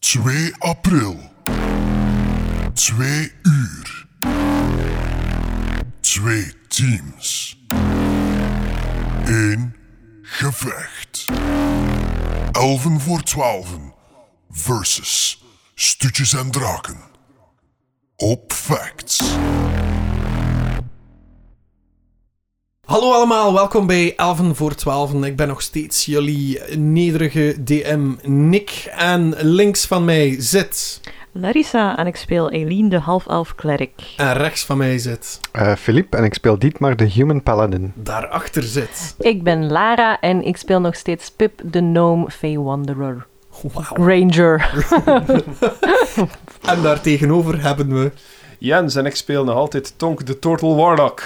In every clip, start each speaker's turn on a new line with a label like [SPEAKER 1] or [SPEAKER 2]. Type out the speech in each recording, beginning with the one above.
[SPEAKER 1] 2 april. 2 uur. Twee teams. Eén gevecht. Elven voor twaalfen versus Stutjes en Draken. Op Facts.
[SPEAKER 2] Hallo allemaal, welkom bij Elven voor 12. Ik ben nog steeds jullie nederige DM Nick. En links van mij zit.
[SPEAKER 3] Larissa en ik speel Eileen de half-elf cleric.
[SPEAKER 2] En rechts van mij zit.
[SPEAKER 4] Eh Filip en ik speel Dietmar de Human Paladin.
[SPEAKER 2] Daarachter zit.
[SPEAKER 3] Ik ben Lara en ik speel nog steeds Pip de gnome Fey Wanderer.
[SPEAKER 2] Wauw.
[SPEAKER 3] Ranger.
[SPEAKER 2] En daartegenover hebben we.
[SPEAKER 5] Jens en ik speel nog altijd Tonk de Turtle Warlock.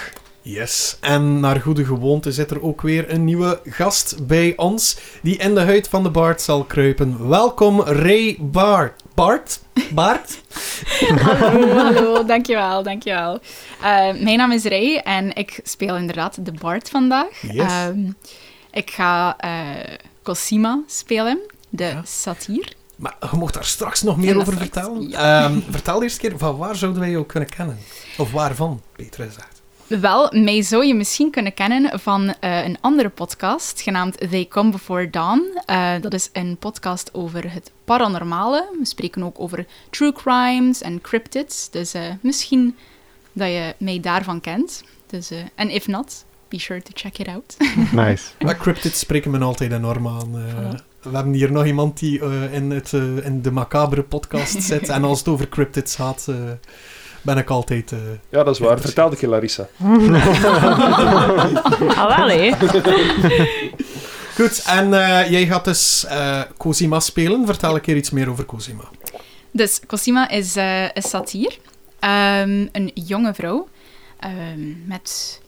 [SPEAKER 2] Yes. En naar goede gewoonte zit er ook weer een nieuwe gast bij ons. Die in de huid van de Bart zal kruipen. Welkom, Ray Bart. Bart? Bart?
[SPEAKER 6] Hallo, hallo, dankjewel, dankjewel. Eh, mijn naam is Ray en ik speel inderdaad de Bard vandaag.
[SPEAKER 2] Yes.
[SPEAKER 6] Ehm, ik ga eh Cosima spelen, de satier.
[SPEAKER 2] Maar je mocht daar straks nog meer
[SPEAKER 6] Ja,
[SPEAKER 2] over
[SPEAKER 6] straks,
[SPEAKER 2] vertellen.
[SPEAKER 6] ja.
[SPEAKER 2] Ehm, vertel eerst een keer, van waar zouden wij jou kunnen kennen? Of waarvan, beter gezegd.
[SPEAKER 6] Wel, mij zou je misschien kunnen kennen van eh, een andere podcast genaamd They Come Before Dawn. Eh, dat is een podcast over het paranormale. We spreken ook over true crimes en cryptids. Dus eh, misschien dat je mij daarvan kent. Dus, eh, en if not, be sure to check it out.
[SPEAKER 4] Nice.
[SPEAKER 2] Maar cryptids spreken me altijd enorm aan. eh.
[SPEAKER 6] Voilà.
[SPEAKER 2] We hebben hier nog iemand die eh, in, het, eh, in de macabere podcast zit. en als het over cryptids gaat, eh, ben ik altijd... eh,
[SPEAKER 5] Ja, dat is waar. Vertelde ik je, Larissa.
[SPEAKER 3] ah, wel hé.
[SPEAKER 2] Goed, en eh, jij gaat dus eh Cosima spelen. Vertel een keer iets meer over Cosima.
[SPEAKER 6] Dus Cosima is eh, een satier. Ehm, een jonge vrouw. ehm, met,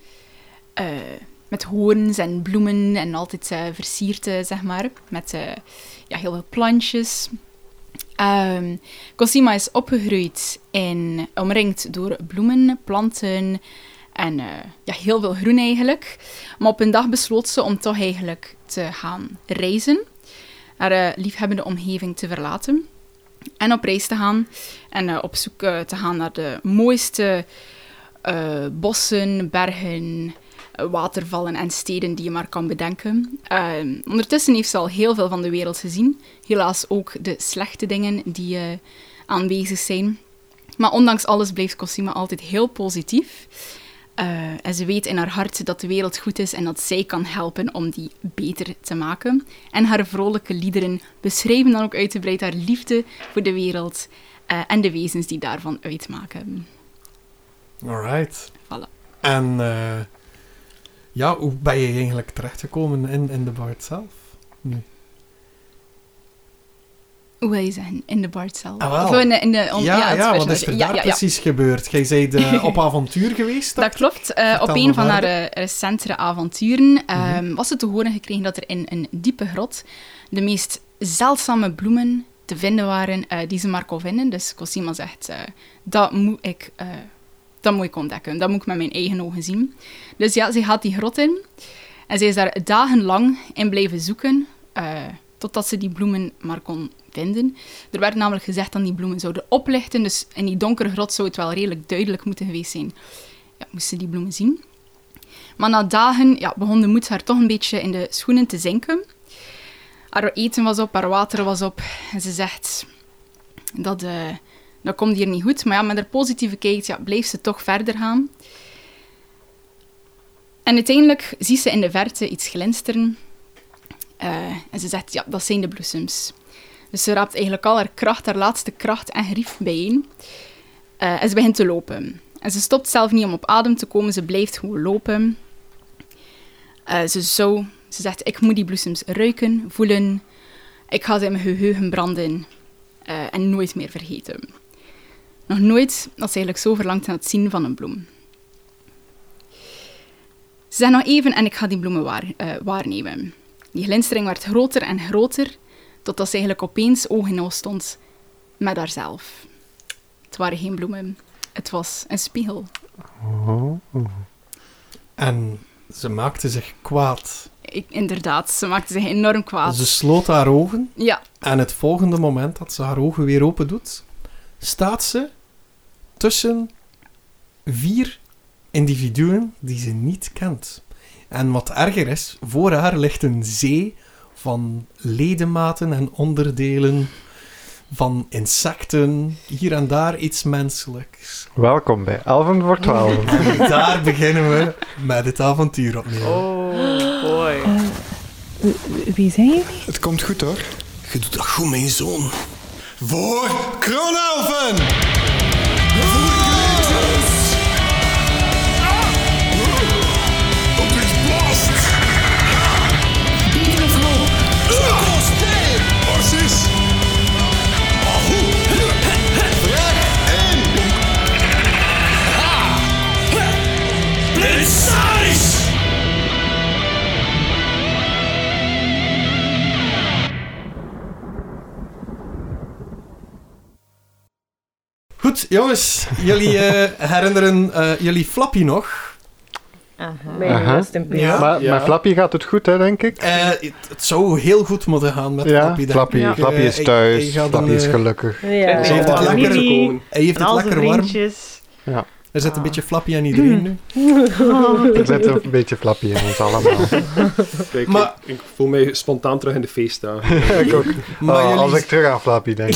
[SPEAKER 6] eh, met hoorns en bloemen en altijd eh, versierd, eh, zeg maar. Met eh, ja, heel veel plantjes. Ehm, Cosima is opgegroeid en omringd door bloemen, planten en eh, ja, heel veel groen eigenlijk. Maar op een dag besloot ze om toch eigenlijk te gaan reizen. Haar eh, liefhebbende omgeving te verlaten en op reis te gaan. En eh, op zoek eh, te gaan naar de mooiste eh, bossen, bergen, eh, watervallen en steden die je maar kan bedenken. Ehm, ondertussen heeft ze al heel veel van de wereld gezien. Helaas ook de slechte dingen die eh, aanwezig zijn. Maar ondanks alles blijft Cosima altijd heel positief. Eh, en ze weet in haar hart dat de wereld goed is en dat zij kan helpen om die beter te maken. En haar vrolijke liederen beschrijven dan ook uitgebreid haar liefde voor de wereld eh, en de wezens die daarvan uitmaken.
[SPEAKER 2] Alright.
[SPEAKER 6] Voilà.
[SPEAKER 2] En eh, ja, hoe ben je eigenlijk terechtgekomen in, in de Bard zelf?
[SPEAKER 6] Hoe wil je zeggen? In de Bart zelf.
[SPEAKER 2] Ah, wel.
[SPEAKER 6] Of in de, in de, om-
[SPEAKER 2] ja,
[SPEAKER 6] het
[SPEAKER 2] ja wat is
[SPEAKER 6] personage.
[SPEAKER 2] er
[SPEAKER 6] Ja,
[SPEAKER 2] daar
[SPEAKER 6] ja, ja.
[SPEAKER 2] precies gebeurd? Jij bent eh, op avontuur geweest?
[SPEAKER 6] Dat klopt. Eh, op
[SPEAKER 2] Vertel
[SPEAKER 6] een
[SPEAKER 2] maar
[SPEAKER 6] van haar
[SPEAKER 2] verder.
[SPEAKER 6] eh, recentere avonturen ehm, was ze te horen gekregen dat er in een diepe grot de meest zeldzame bloemen te vinden waren eh, die ze maar kon vinden. Dus Cosima zegt, eh, dat, moet ik, eh, dat moet ik ontdekken. Dat moet ik met mijn eigen ogen zien. Dus ja, ze gaat die grot in. En ze is daar dagenlang in blijven zoeken, eh, totdat ze die bloemen maar kon vinden. Er werd namelijk gezegd dat die bloemen zouden oplichten, dus in die donkere grot zou het wel redelijk duidelijk moeten geweest zijn. Ja, moest ze die bloemen zien. Maar na dagen ja, begon de moed haar toch een beetje in de schoenen te zinken. Haar eten was op, haar water was op. En ze zegt, dat, eh, dat komt hier niet goed. Maar ja, met haar positieve kijk ja, blijft ze toch verder gaan. En uiteindelijk ziet ze in de verte iets glinsteren. Eh, en ze zegt, ja, dat zijn de bloesems. Dus ze raapt eigenlijk al haar kracht, haar laatste kracht en grief bijeen. Eh, en ze begint te lopen. En ze stopt zelf niet om op adem te komen, ze blijft gewoon lopen. Eh, ze zou, ze zegt, ik moet die bloesems ruiken, voelen. Ik ga ze in mijn geheugen branden eh, en nooit meer vergeten. Nog nooit had ze eigenlijk zo verlangd naar het zien van een bloem. Ze zijn nog even en ik ga die bloemen waar, eh, waarnemen. Die glinstering werd groter en groter, totdat ze eigenlijk opeens oog in oog stond met haarzelf. Het waren geen bloemen, het was een spiegel.
[SPEAKER 4] Oh.
[SPEAKER 2] En ze maakte zich kwaad.
[SPEAKER 6] Ik, inderdaad, ze maakte zich enorm kwaad.
[SPEAKER 2] Ze sloot haar ogen
[SPEAKER 6] Ja,
[SPEAKER 2] en het volgende moment dat ze haar ogen weer open doet, staat ze tussen vier individuen die ze niet kent. En wat erger is, voor haar ligt een zee van ledematen en onderdelen van insecten, hier en daar iets menselijks.
[SPEAKER 4] Welkom bij Elven voor 12.
[SPEAKER 2] En daar beginnen we met het avontuur opnieuw.
[SPEAKER 7] Oh, boy.
[SPEAKER 3] Wie zijn jullie?
[SPEAKER 8] Het komt goed hoor.
[SPEAKER 9] Je doet dat goed, mijn zoon.
[SPEAKER 8] Voor Kronelven!
[SPEAKER 2] Goed, jongens, jullie eh, herinneren eh, jullie Flappy nog?
[SPEAKER 3] Mijn
[SPEAKER 4] Aha.
[SPEAKER 3] rust in peace.
[SPEAKER 2] Ja.
[SPEAKER 4] Maar,
[SPEAKER 5] Ja.
[SPEAKER 4] maar Flappy gaat het goed, hè, denk ik?
[SPEAKER 2] Eh, het, het zou heel goed moeten gaan met
[SPEAKER 4] ja,
[SPEAKER 2] Flappy.
[SPEAKER 4] Flappy,
[SPEAKER 2] denk
[SPEAKER 4] Flappy,
[SPEAKER 7] Ja.
[SPEAKER 2] Eh,
[SPEAKER 4] is
[SPEAKER 2] ik-
[SPEAKER 4] thuis,
[SPEAKER 2] ik ga dan,
[SPEAKER 4] Flappy is
[SPEAKER 2] eh,
[SPEAKER 4] geluft.
[SPEAKER 7] Ja,
[SPEAKER 2] Hij
[SPEAKER 5] zal
[SPEAKER 2] heeft
[SPEAKER 5] wel
[SPEAKER 2] het
[SPEAKER 5] aan
[SPEAKER 2] lekker,
[SPEAKER 5] jullie
[SPEAKER 7] komen.
[SPEAKER 2] hij heeft
[SPEAKER 7] En
[SPEAKER 2] het
[SPEAKER 7] al zijn
[SPEAKER 2] lekker warm.
[SPEAKER 7] vriendjes.
[SPEAKER 2] Er zit een
[SPEAKER 7] Ah.
[SPEAKER 2] beetje Flappy aan iedereen nu.
[SPEAKER 4] Er zit een beetje Flappy in ons allemaal.
[SPEAKER 5] Kijk,
[SPEAKER 2] Maar-
[SPEAKER 5] ik, ik voel mij spontaan terug in de feestdagen.
[SPEAKER 4] ik ook.
[SPEAKER 2] Maar,
[SPEAKER 4] Ah, Als
[SPEAKER 2] jullie,
[SPEAKER 4] ik terug aan Flappy denk.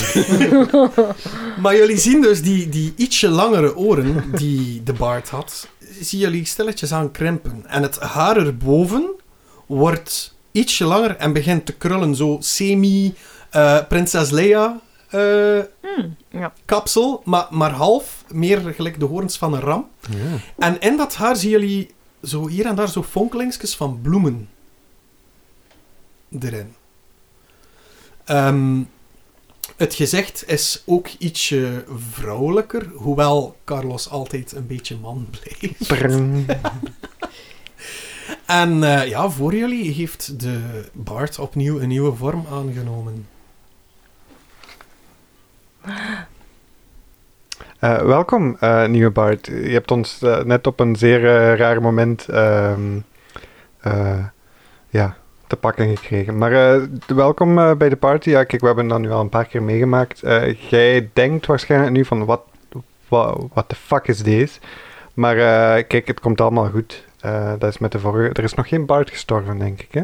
[SPEAKER 2] maar jullie zien dus die, die ietsje langere oren die de baard had, zien jullie stilletjes aan krimpen. En het haar erboven wordt ietsje langer en begint te krullen. Zo semi-prinses Leia eh,
[SPEAKER 7] ja.
[SPEAKER 2] kapsel, maar, maar half, meer gelijk de hoorns van een ram.
[SPEAKER 4] Ja.
[SPEAKER 2] En in dat haar zien jullie zo hier en daar zo fonkelingsjes van bloemen erin. Ehm, het gezicht is ook ietsje vrouwelijker, hoewel Carlos altijd een beetje man bleef.
[SPEAKER 4] Prrrm.
[SPEAKER 2] En eh, ja, voor jullie heeft de baard opnieuw een nieuwe vorm aangenomen.
[SPEAKER 4] Eh, welkom, eh, nieuwe Bart. Je hebt ons eh, net op een zeer eh, raar moment ehm, eh, ja, te pakken gekregen. Maar eh, d- welkom eh, bij de party. Ja, kijk, we hebben dat nu al een paar keer meegemaakt. Eh, jij denkt waarschijnlijk nu van, wat what the fuck is deze? Maar eh, kijk, het komt allemaal goed. Eh, dat is met de vorige... Er is nog geen Bart gestorven, denk ik, hè?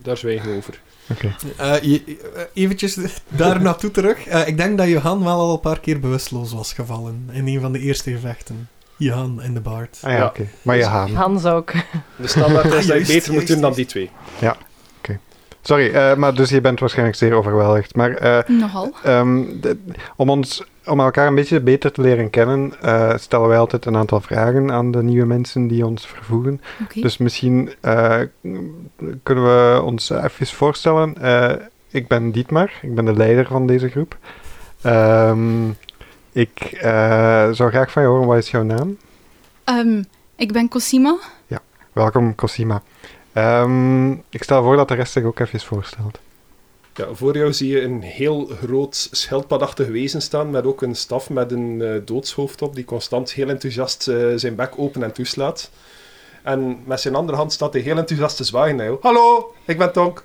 [SPEAKER 5] Daar zwijgen we over.
[SPEAKER 2] Eh je- eh, eventjes daar naartoe terug. Eh, ik denk dat Johan wel al een paar keer bewusteloos was gevallen in een van de eerste gevechten. Johan in de baard.
[SPEAKER 4] Ah ja,
[SPEAKER 5] Ja.
[SPEAKER 4] oké. Maar je haan.
[SPEAKER 3] Hans ook.
[SPEAKER 5] De standaard is dat je
[SPEAKER 2] Juist,
[SPEAKER 5] beter moet
[SPEAKER 2] juist,
[SPEAKER 5] doen dan die twee.
[SPEAKER 4] Sorry, eh, maar dus je bent waarschijnlijk zeer overweldigd. Maar eh,
[SPEAKER 6] nogal.
[SPEAKER 4] Ehm, de- om, ons, om elkaar een beetje beter te leren kennen, eh, stellen wij altijd een aantal vragen aan de nieuwe mensen die ons vervoegen.
[SPEAKER 6] Oké.
[SPEAKER 4] Dus misschien eh, kunnen we ons even voorstellen. Eh, ik ben Dietmar, ik ben de leider van deze groep. Ehm, ik eh, zou graag van je horen, wat is jouw naam?
[SPEAKER 6] Ehm, ik ben Cosima.
[SPEAKER 4] Welkom, Cosima. Ehm, ik stel voor dat de rest zich ook even voorstelt.
[SPEAKER 5] Ja, voor jou zie je een heel groot schildpadachtig wezen staan, met ook een staf met een eh, doodshoofd op, die constant heel enthousiast eh, zijn bek open en toeslaat. En met zijn andere hand staat hij heel enthousiast te zwaaien naar jou. Hallo, ik ben Tonk.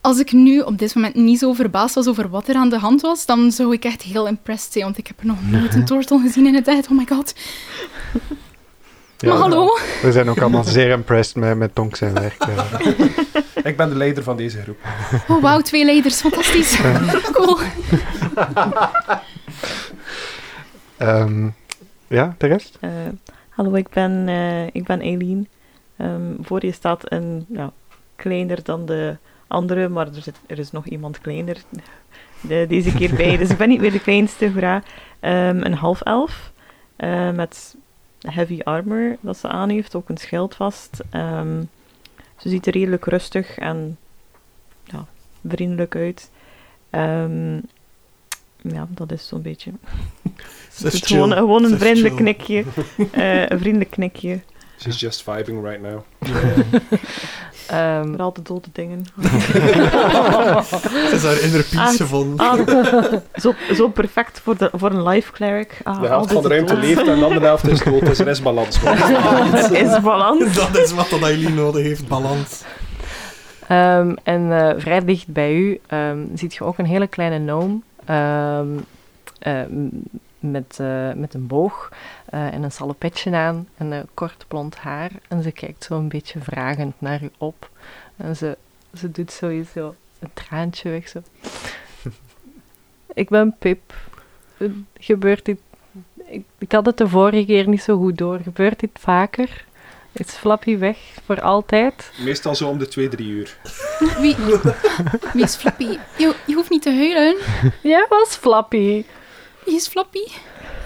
[SPEAKER 6] Als ik nu op dit moment niet zo verbaasd was over wat er aan de hand was, dan zou ik echt heel impressed zijn, want ik heb er nog nooit een tortel gezien in het echt. Oh my god. maar hallo.
[SPEAKER 4] We zijn ook allemaal zeer impressed met, met Tonk zijn werk. eh.
[SPEAKER 5] Ik ben de leider van deze groep.
[SPEAKER 6] Oh wauw, twee leiders. Fantastisch. cool.
[SPEAKER 4] Ehm, ja, de rest?
[SPEAKER 7] Eh, hallo, ik ben, eh ik ben Eileen. Ehm, voor je staat een ja, kleiner dan de andere, maar er, zit, er is nog iemand kleiner de- deze keer bij. Dus ik ben niet meer de kleinste, hoera. Ehm, een half elf eh, met heavy armor dat ze aan heeft, ook een schild vast. Ehm, ze ziet er redelijk rustig en ja, vriendelijk uit. Ehm, ja, dat is zo'n beetje.
[SPEAKER 2] Ze is
[SPEAKER 7] Doet
[SPEAKER 2] chill.
[SPEAKER 7] gewoon, gewoon
[SPEAKER 2] Ze
[SPEAKER 7] een
[SPEAKER 2] is
[SPEAKER 7] vriendelijk
[SPEAKER 2] chill.
[SPEAKER 7] knikje. Eh, een vriendelijk knikje.
[SPEAKER 5] She's just vibing right now.
[SPEAKER 3] Ehm,
[SPEAKER 7] Met al de dode dingen.
[SPEAKER 2] Ze is haar inner peace
[SPEAKER 7] Echt?
[SPEAKER 2] gevonden.
[SPEAKER 7] Ah, zo, zo perfect voor, de, voor een life cleric. Ah,
[SPEAKER 5] De
[SPEAKER 7] al
[SPEAKER 5] helft van de
[SPEAKER 7] deze
[SPEAKER 5] ruimte
[SPEAKER 7] doden.
[SPEAKER 5] leeft en de andere helft is dood. Het is een resbalans.
[SPEAKER 7] Er is balans.
[SPEAKER 2] Dat is wat dat Eileen nodig heeft, balans.
[SPEAKER 3] ehm, en eh, vrij dicht bij u ehm ziet je ook een hele kleine gnome ehm, eh, m- met, eh, met een boog eh, en een salopetje aan en eh, kort blond haar. En ze kijkt zo een beetje vragend naar u op. En ze, ze doet sowieso een traantje weg. Zo. Ik ben Pip. Eh, Gebeurt dit... Ik, ik had het de vorige keer niet zo goed door. Gebeurt dit vaker? Is Flappy weg voor altijd?
[SPEAKER 5] Meestal zo om de 2-3 uur.
[SPEAKER 6] Wie, wie is Flappy? Je, je hoeft niet te huilen.
[SPEAKER 3] Jij was Flappy.
[SPEAKER 6] Wie is Flappy?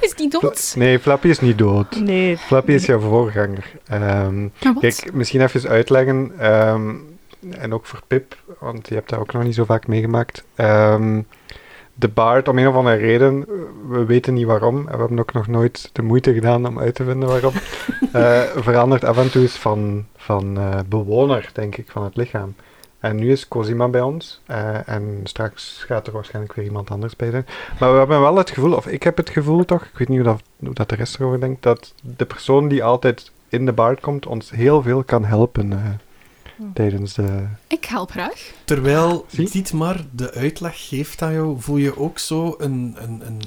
[SPEAKER 6] Is die dood?
[SPEAKER 4] Nee, Flappy is niet dood.
[SPEAKER 7] Nee,
[SPEAKER 4] Flappy is jouw voorganger. Ehm,
[SPEAKER 6] Maar wat?
[SPEAKER 4] kijk, misschien even uitleggen. ehm, en ook voor Pip, want je hebt dat ook nog niet zo vaak meegemaakt. Ehm, de baard, om een of andere reden, eh, we weten niet waarom. En we hebben ook nog nooit de moeite gedaan om uit te vinden waarom. eh, verandert af en toe eens van, van eh, bewoner, denk ik, van het lichaam. En nu is Cosima bij ons. eh, en straks gaat er waarschijnlijk weer iemand anders bij zijn. Maar we hebben wel het gevoel, of ik heb het gevoel toch, ik weet niet hoe dat, hoe dat de rest erover denkt, dat de persoon die altijd in de baard komt ons heel veel kan helpen eh,
[SPEAKER 3] Hmm.
[SPEAKER 4] tijdens de...
[SPEAKER 6] Ik help graag.
[SPEAKER 2] Terwijl
[SPEAKER 4] Zie.
[SPEAKER 2] Dietmar de uitleg geeft aan jou, voel je ook zo een, een, een,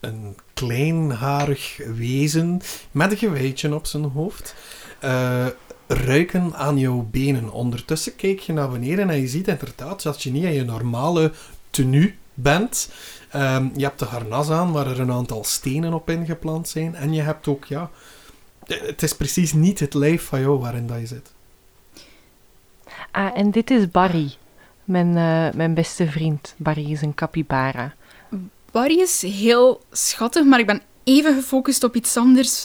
[SPEAKER 2] een kleinharig wezen met een gewijtje op zijn hoofd. eh, ruiken aan jouw benen. Ondertussen kijk je naar beneden en je ziet inderdaad dat je niet in je normale tenue bent. Ehm, je hebt de harnas aan waar er een aantal stenen op ingeplant zijn. En je hebt ook, ja... Het is precies niet het lijf van jou waarin dat je zit.
[SPEAKER 3] Ah, en dit is Barry. Mijn, eh, mijn beste vriend. Barry is een capybara.
[SPEAKER 6] Barry is heel schattig, maar ik ben even gefocust op iets anders.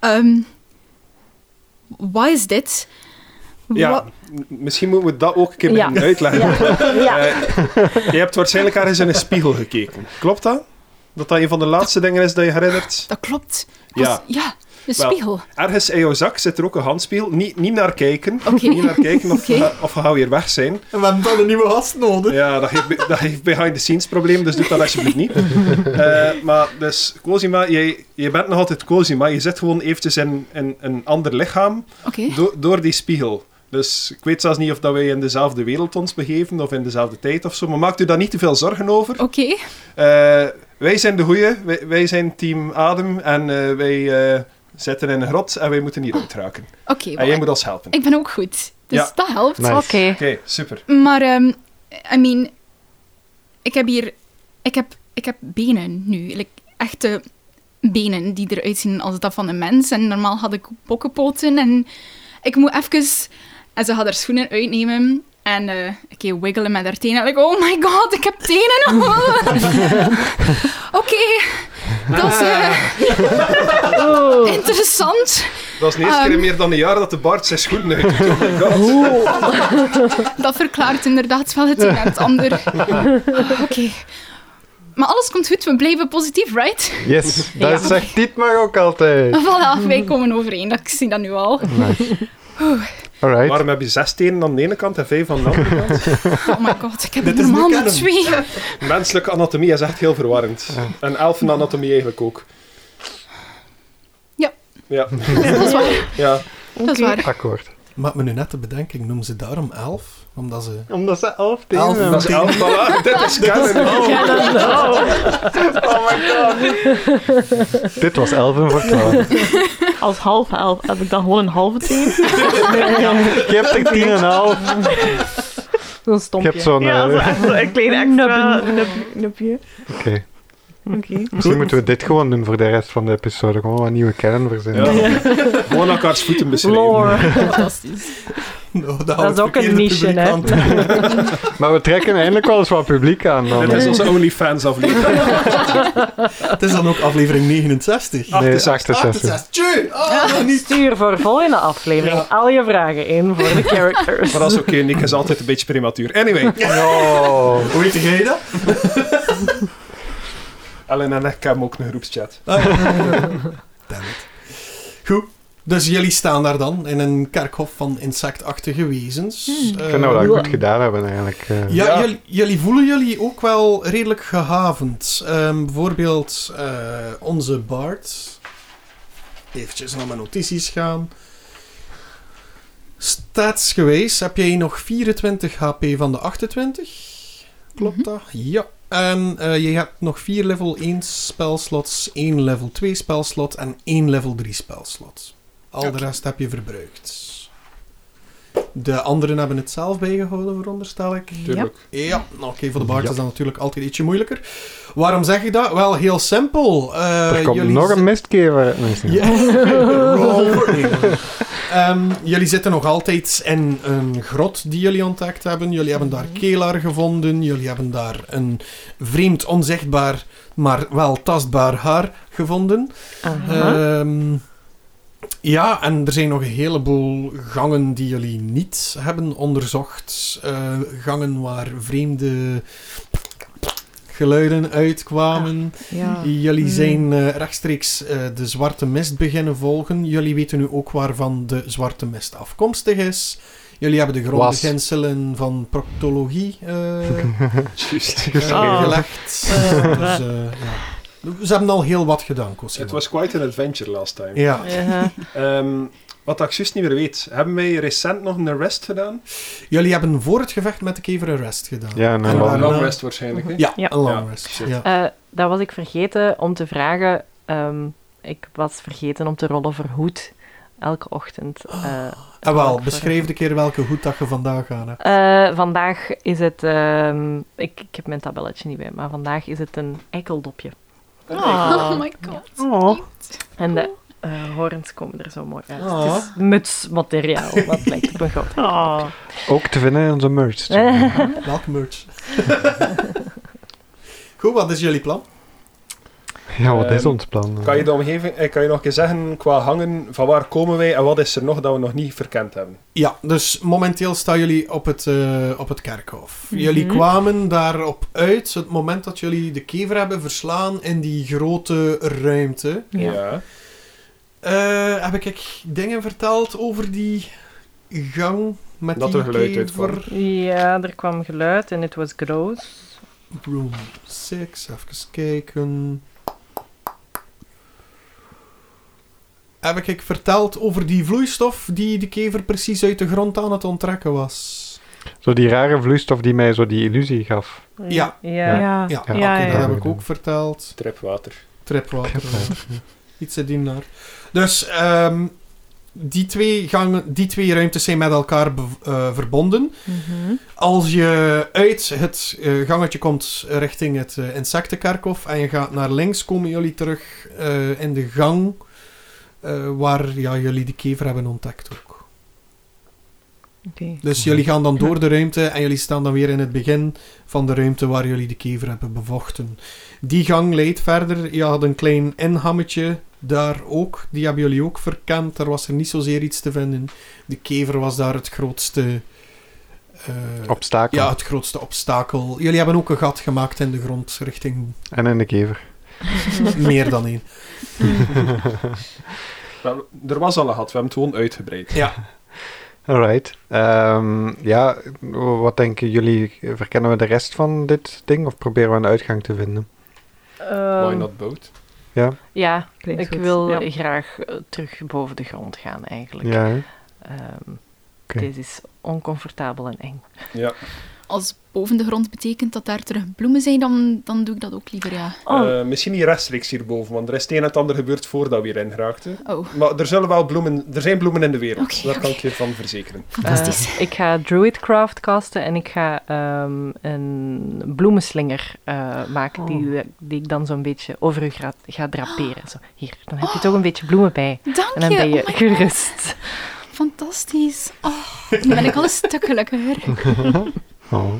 [SPEAKER 6] Ehm wat is dit?
[SPEAKER 5] Ja,
[SPEAKER 6] Wa-
[SPEAKER 5] m- misschien moeten we dat ook een keer
[SPEAKER 7] Ja.
[SPEAKER 5] beginnen uitleggen.
[SPEAKER 7] ja.
[SPEAKER 5] Eh, je hebt waarschijnlijk ergens in een spiegel gekeken. Klopt dat? Dat dat een van de laatste dingen is dat je herinnert?
[SPEAKER 6] Dat klopt.
[SPEAKER 5] Ja.
[SPEAKER 6] Dat is- ja de
[SPEAKER 5] Wel.
[SPEAKER 6] spiegel.
[SPEAKER 5] Ergens in jouw zak zit er ook een handspiegel. Niet, niet naar kijken.
[SPEAKER 6] Oké.
[SPEAKER 5] Niet naar kijken of,
[SPEAKER 6] Oké.
[SPEAKER 5] we- of we gaan weer weg zijn.
[SPEAKER 2] En we hebben dan een nieuwe gast nodig.
[SPEAKER 5] Ja, dat heeft, be- dat heeft behind the scenes probleem, dus doe dat alsjeblieft niet. Eh, maar dus, Cosima, jij, je bent nog altijd Cosima. Je zit gewoon eventjes in, in een ander lichaam
[SPEAKER 6] Oké.
[SPEAKER 5] do- door die spiegel. Dus ik weet zelfs niet of dat wij in dezelfde wereld ons begeven of in dezelfde tijd of zo. Maar maakt u daar niet te veel zorgen over.
[SPEAKER 6] Oké.
[SPEAKER 5] Eh, wij zijn de goeie, wij, wij zijn team Adem en eh, wij eh, zitten in een grot en wij moeten hier uitraken.
[SPEAKER 6] Oké,
[SPEAKER 5] En jij
[SPEAKER 6] voilà.
[SPEAKER 5] moet ons helpen.
[SPEAKER 6] Ah. ik ben ook goed. Dus
[SPEAKER 5] Ja.
[SPEAKER 6] dat helpt.
[SPEAKER 4] Nice.
[SPEAKER 3] Oké.
[SPEAKER 5] Oké, super.
[SPEAKER 6] Maar, ehm, I mean, ik heb hier, ik heb, ik heb benen nu. Like, echte benen die eruit zien als dat van een mens. En normaal had ik bokkenpoten en ik moet even... En ze had haar schoenen uitnemen en eh een keer wiggelen met haar tenen. Like, oh my god, ik heb tenen! Oké, dat is eh, interessant.
[SPEAKER 5] Dat is de eerste
[SPEAKER 6] Ehm.
[SPEAKER 5] keer in meer dan een jaar dat de Bart zijn schoenen uit doet. Oh my god.
[SPEAKER 6] Dat verklaart inderdaad wel het een en het ander. Oké. Maar alles komt goed, we blijven positief, right?
[SPEAKER 4] Yes, dat
[SPEAKER 3] Ja.
[SPEAKER 4] zegt Dietmar ook altijd.
[SPEAKER 6] Voilà, wij komen overeen, dat, ik zie dat nu al.
[SPEAKER 4] Alright.
[SPEAKER 5] Waarom heb je zes tenen aan de ene kant en vijf aan de andere kant?
[SPEAKER 6] Oh my god, ik heb
[SPEAKER 2] Dit is
[SPEAKER 6] normaal
[SPEAKER 2] nu
[SPEAKER 6] maar
[SPEAKER 2] canon.
[SPEAKER 6] twee.
[SPEAKER 5] Menselijke anatomie is echt heel verwarrend. En elfenanatomie eigenlijk ook.
[SPEAKER 6] Ja.
[SPEAKER 5] Ja,
[SPEAKER 6] Dat is waar,
[SPEAKER 5] ja.
[SPEAKER 6] dat is waar.
[SPEAKER 4] Akkoord.
[SPEAKER 2] Maar me nu net de bedenking, noemen ze daarom elf? Omdat ze...
[SPEAKER 4] Omdat ze elf
[SPEAKER 2] tenen Elf, hebben.
[SPEAKER 5] Dat is elf, voilà. Dit is kennen.
[SPEAKER 4] Dit was elven voor twaalf.
[SPEAKER 7] als halve elf heb ik dan gewoon een halve teen.
[SPEAKER 4] Je hebt er tien en een half.
[SPEAKER 3] Zo'n
[SPEAKER 4] Je
[SPEAKER 3] stompje.
[SPEAKER 4] hebt zo'n...
[SPEAKER 7] Ja,
[SPEAKER 4] eh,
[SPEAKER 7] zo echt zo een klein extra nup- nupje.
[SPEAKER 4] Oké.
[SPEAKER 7] Oké.
[SPEAKER 4] Misschien moeten we dit gewoon doen voor de rest van de episode. Gewoon wat nieuwe kennen verzinnen.
[SPEAKER 5] Ja. Gewoon elkaars voeten beschrijven.
[SPEAKER 7] Fantastisch.
[SPEAKER 2] Nou,
[SPEAKER 3] Dat is ook een niche, hè?
[SPEAKER 4] Maar we trekken eindelijk wel eens wat publiek aan. Dan.
[SPEAKER 5] Dit is onze OnlyFans aflevering.
[SPEAKER 2] Het is dan ook aflevering 69.
[SPEAKER 4] Nee, 68.
[SPEAKER 2] 68. Tjie! Ah, nog niet.
[SPEAKER 3] Stuur voor volgende aflevering
[SPEAKER 2] Ja.
[SPEAKER 3] al je vragen in voor de characters.
[SPEAKER 5] Maar dat is oké, Nick is altijd een beetje prematuur. Anyway,
[SPEAKER 4] Oh.
[SPEAKER 2] Hoe heet jij dat?
[SPEAKER 5] Ellen en ik hebben ook een groepschat.
[SPEAKER 2] Ah, Damn it. Goed. Dus jullie staan daar dan in een kerkhof van insectachtige wezens.
[SPEAKER 7] Hmm.
[SPEAKER 4] Ik
[SPEAKER 2] Eh,
[SPEAKER 4] vind dat we dat
[SPEAKER 3] Ja.
[SPEAKER 4] goed gedaan hebben eigenlijk. eh.
[SPEAKER 2] ja,
[SPEAKER 5] Ja.
[SPEAKER 2] Jullie, jullie voelen jullie ook wel redelijk gehavend. Ehm, bijvoorbeeld eh, onze Bart. Eventjes naar mijn notities gaan. Stats geweest, heb jij nog 24 HP van de 28? Klopt
[SPEAKER 6] Mhm.
[SPEAKER 2] dat? Ja. En eh, je hebt nog 4 level 1 spelslots, 1 level 2 spelslot en 1 level 3 spelslot. Al de rest heb je verbruikt. De anderen hebben het zelf bijgehouden, veronderstel ik.
[SPEAKER 5] Tuurlijk.
[SPEAKER 2] Ja, nou, oké, voor de baard
[SPEAKER 4] Ja.
[SPEAKER 2] is dat natuurlijk altijd ietsje moeilijker. Waarom zeg ik dat? Wel, heel simpel. Eh,
[SPEAKER 4] er komt
[SPEAKER 2] jullie
[SPEAKER 4] nog
[SPEAKER 2] zi-
[SPEAKER 4] een mistkever. Nee, is niet
[SPEAKER 2] Ja. Roll for it. Ehm, jullie zitten nog altijd in een grot die jullie ontdekt hebben. Jullie hebben daar Kelar gevonden. Jullie hebben daar een vreemd, onzichtbaar, maar wel tastbaar haar gevonden.
[SPEAKER 5] Eh.
[SPEAKER 7] Aha.
[SPEAKER 2] Ehm, ja, en er zijn nog een heleboel gangen die jullie niet hebben onderzocht. Eh, gangen waar vreemde geluiden uitkwamen.
[SPEAKER 7] ja.
[SPEAKER 2] Jullie
[SPEAKER 7] Hmm.
[SPEAKER 2] zijn eh, rechtstreeks eh, de zwarte mist beginnen volgen. Jullie weten nu ook waarvan de zwarte mist afkomstig is. Jullie hebben de grondbeginselen van proctologie eh,
[SPEAKER 5] Juist.
[SPEAKER 2] eh,
[SPEAKER 7] Ah.
[SPEAKER 2] gelegd.
[SPEAKER 7] Eh,
[SPEAKER 2] Dus, eh, ja. Ze hebben al heel wat gedaan, Cosimo.
[SPEAKER 5] Het was quite an adventure last time.
[SPEAKER 2] Ja.
[SPEAKER 3] Eh,
[SPEAKER 7] Ja.
[SPEAKER 5] Ehm, wat ik juist niet meer weet, hebben wij recent nog een rest gedaan?
[SPEAKER 2] Jullie hebben voor het gevecht met de kever een rest gedaan.
[SPEAKER 4] Ja, nou,
[SPEAKER 2] En
[SPEAKER 5] Een
[SPEAKER 4] wel.
[SPEAKER 2] daarna-
[SPEAKER 5] long rest waarschijnlijk. Hè?
[SPEAKER 2] Ja,
[SPEAKER 7] Ja.
[SPEAKER 2] een long
[SPEAKER 5] Ja,
[SPEAKER 2] rest.
[SPEAKER 5] shit.
[SPEAKER 2] Ja.
[SPEAKER 3] Eh, dat was ik vergeten om te vragen. Ehm, ik was vergeten om te rollen voor hoed. Elke ochtend. eh,
[SPEAKER 2] En
[SPEAKER 3] rol ik
[SPEAKER 2] Ah, wel,
[SPEAKER 3] voor-
[SPEAKER 2] beschrijf de keer welke hoed dat je vandaag aan hebt.
[SPEAKER 3] Eh, vandaag is het... ehm, ik, ik heb mijn tabelletje niet bij, maar vandaag is het een eikeldopje. Ah.
[SPEAKER 6] Oh my god.
[SPEAKER 7] Oh.
[SPEAKER 3] En de eh, horens komen er zo mooi uit.
[SPEAKER 2] Ah.
[SPEAKER 3] Het is mutsmateriaal, wat lijkt op een god.
[SPEAKER 7] Oh.
[SPEAKER 4] Ook te vinden in onze merch.
[SPEAKER 2] Welke merch? Goed, wat is jullie plan?
[SPEAKER 4] Ja, wat is
[SPEAKER 5] Ehm,
[SPEAKER 4] ons plan?
[SPEAKER 5] Kan je de omgeving, eh, kan je nog een keer zeggen qua hangen, van waar komen wij en wat is er nog dat we nog niet verkend hebben?
[SPEAKER 2] Ja, dus momenteel staan jullie op het, eh, op het kerkhof. Jullie
[SPEAKER 7] Mhm.
[SPEAKER 2] kwamen daarop uit, het moment dat jullie de kever hebben verslaan in die grote ruimte.
[SPEAKER 7] Ja.
[SPEAKER 2] Eh, heb ik dingen verteld over die gang met
[SPEAKER 5] Dat
[SPEAKER 2] die
[SPEAKER 5] er geluid
[SPEAKER 2] kever?
[SPEAKER 5] uitkwam.
[SPEAKER 3] Ja, er kwam geluid en het was groot.
[SPEAKER 2] Room 6, even kijken. Heb ik ik verteld over die vloeistof die de kever precies uit de grond aan het onttrekken was?
[SPEAKER 4] Zo die rare vloeistof die mij zo die illusie gaf.
[SPEAKER 2] Ja.
[SPEAKER 3] Ja.
[SPEAKER 7] Ja. Ja.
[SPEAKER 2] Ja,
[SPEAKER 4] Ja,
[SPEAKER 2] oké,
[SPEAKER 7] ja,
[SPEAKER 2] dat
[SPEAKER 7] ja.
[SPEAKER 2] heb ik ook verteld.
[SPEAKER 5] Tripwater.
[SPEAKER 2] Tripwater. Iets in die naar. Dus ehm, die, twee gangen, die twee ruimtes zijn met elkaar bev- eh, verbonden.
[SPEAKER 7] Mhm.
[SPEAKER 2] Als je uit het eh, gangetje komt richting het eh, insectenkerkhof en je gaat naar links, komen jullie terug eh, in de gang eh, waar ja, jullie de kever hebben ontdekt ook.
[SPEAKER 7] Oké.
[SPEAKER 2] Dus jullie gaan dan door de ruimte en jullie staan dan weer in het begin van de ruimte waar jullie de kever hebben bevochten. Die gang leidt verder. Je had een klein inhammetje daar ook. Die hebben jullie ook verkend. Daar was er niet zozeer iets te vinden. De kever was daar het grootste... eh,
[SPEAKER 4] Obstakel.
[SPEAKER 2] ja, het grootste obstakel. Jullie hebben ook een gat gemaakt in de grond richting
[SPEAKER 4] En in de kever.
[SPEAKER 2] meer dan één.
[SPEAKER 5] Wel, er was al een gat, we hebben het gewoon uitgebreid.
[SPEAKER 4] Alright. Ehm, ja, wat denken jullie? Verkennen we de rest van dit ding of proberen we een uitgang te vinden?
[SPEAKER 5] Why
[SPEAKER 3] Ehm,
[SPEAKER 5] not boat?
[SPEAKER 3] ja,
[SPEAKER 7] Klinkt
[SPEAKER 3] ik
[SPEAKER 7] goed.
[SPEAKER 3] wil
[SPEAKER 7] Ja.
[SPEAKER 3] graag eh, terug boven de grond gaan eigenlijk.
[SPEAKER 4] Ja, hè?
[SPEAKER 3] Ehm,
[SPEAKER 4] Oké.
[SPEAKER 3] Dit is oncomfortabel en eng.
[SPEAKER 5] Ja.
[SPEAKER 6] Als boven de grond betekent dat daar terug bloemen zijn, dan, dan doe ik dat ook liever, ja.
[SPEAKER 7] Oh.
[SPEAKER 5] Eh, misschien niet rechtstreeks hierboven, want er is het een en het ander gebeurd voordat we hierin raakten.
[SPEAKER 6] Oh,
[SPEAKER 5] Maar er zullen wel bloemen, er zijn bloemen in de wereld,
[SPEAKER 6] Oké,
[SPEAKER 5] daar kan
[SPEAKER 6] oké.
[SPEAKER 5] ik je van verzekeren.
[SPEAKER 6] fantastisch.
[SPEAKER 3] Eh, ik ga Druidcraft casten en ik ga ehm, een bloemenslinger eh, maken
[SPEAKER 6] Oh.
[SPEAKER 3] die, die ik dan zo'n beetje over u ga, ga draperen. Zo, hier, dan heb je toch een beetje bloemen bij.
[SPEAKER 6] Dank
[SPEAKER 3] Eh. En dan
[SPEAKER 6] je.
[SPEAKER 3] ben je
[SPEAKER 6] Oh my god,
[SPEAKER 3] gerust.
[SPEAKER 6] fantastisch. Oh, dan ben ik al een stuk gelukkiger.
[SPEAKER 4] Oh.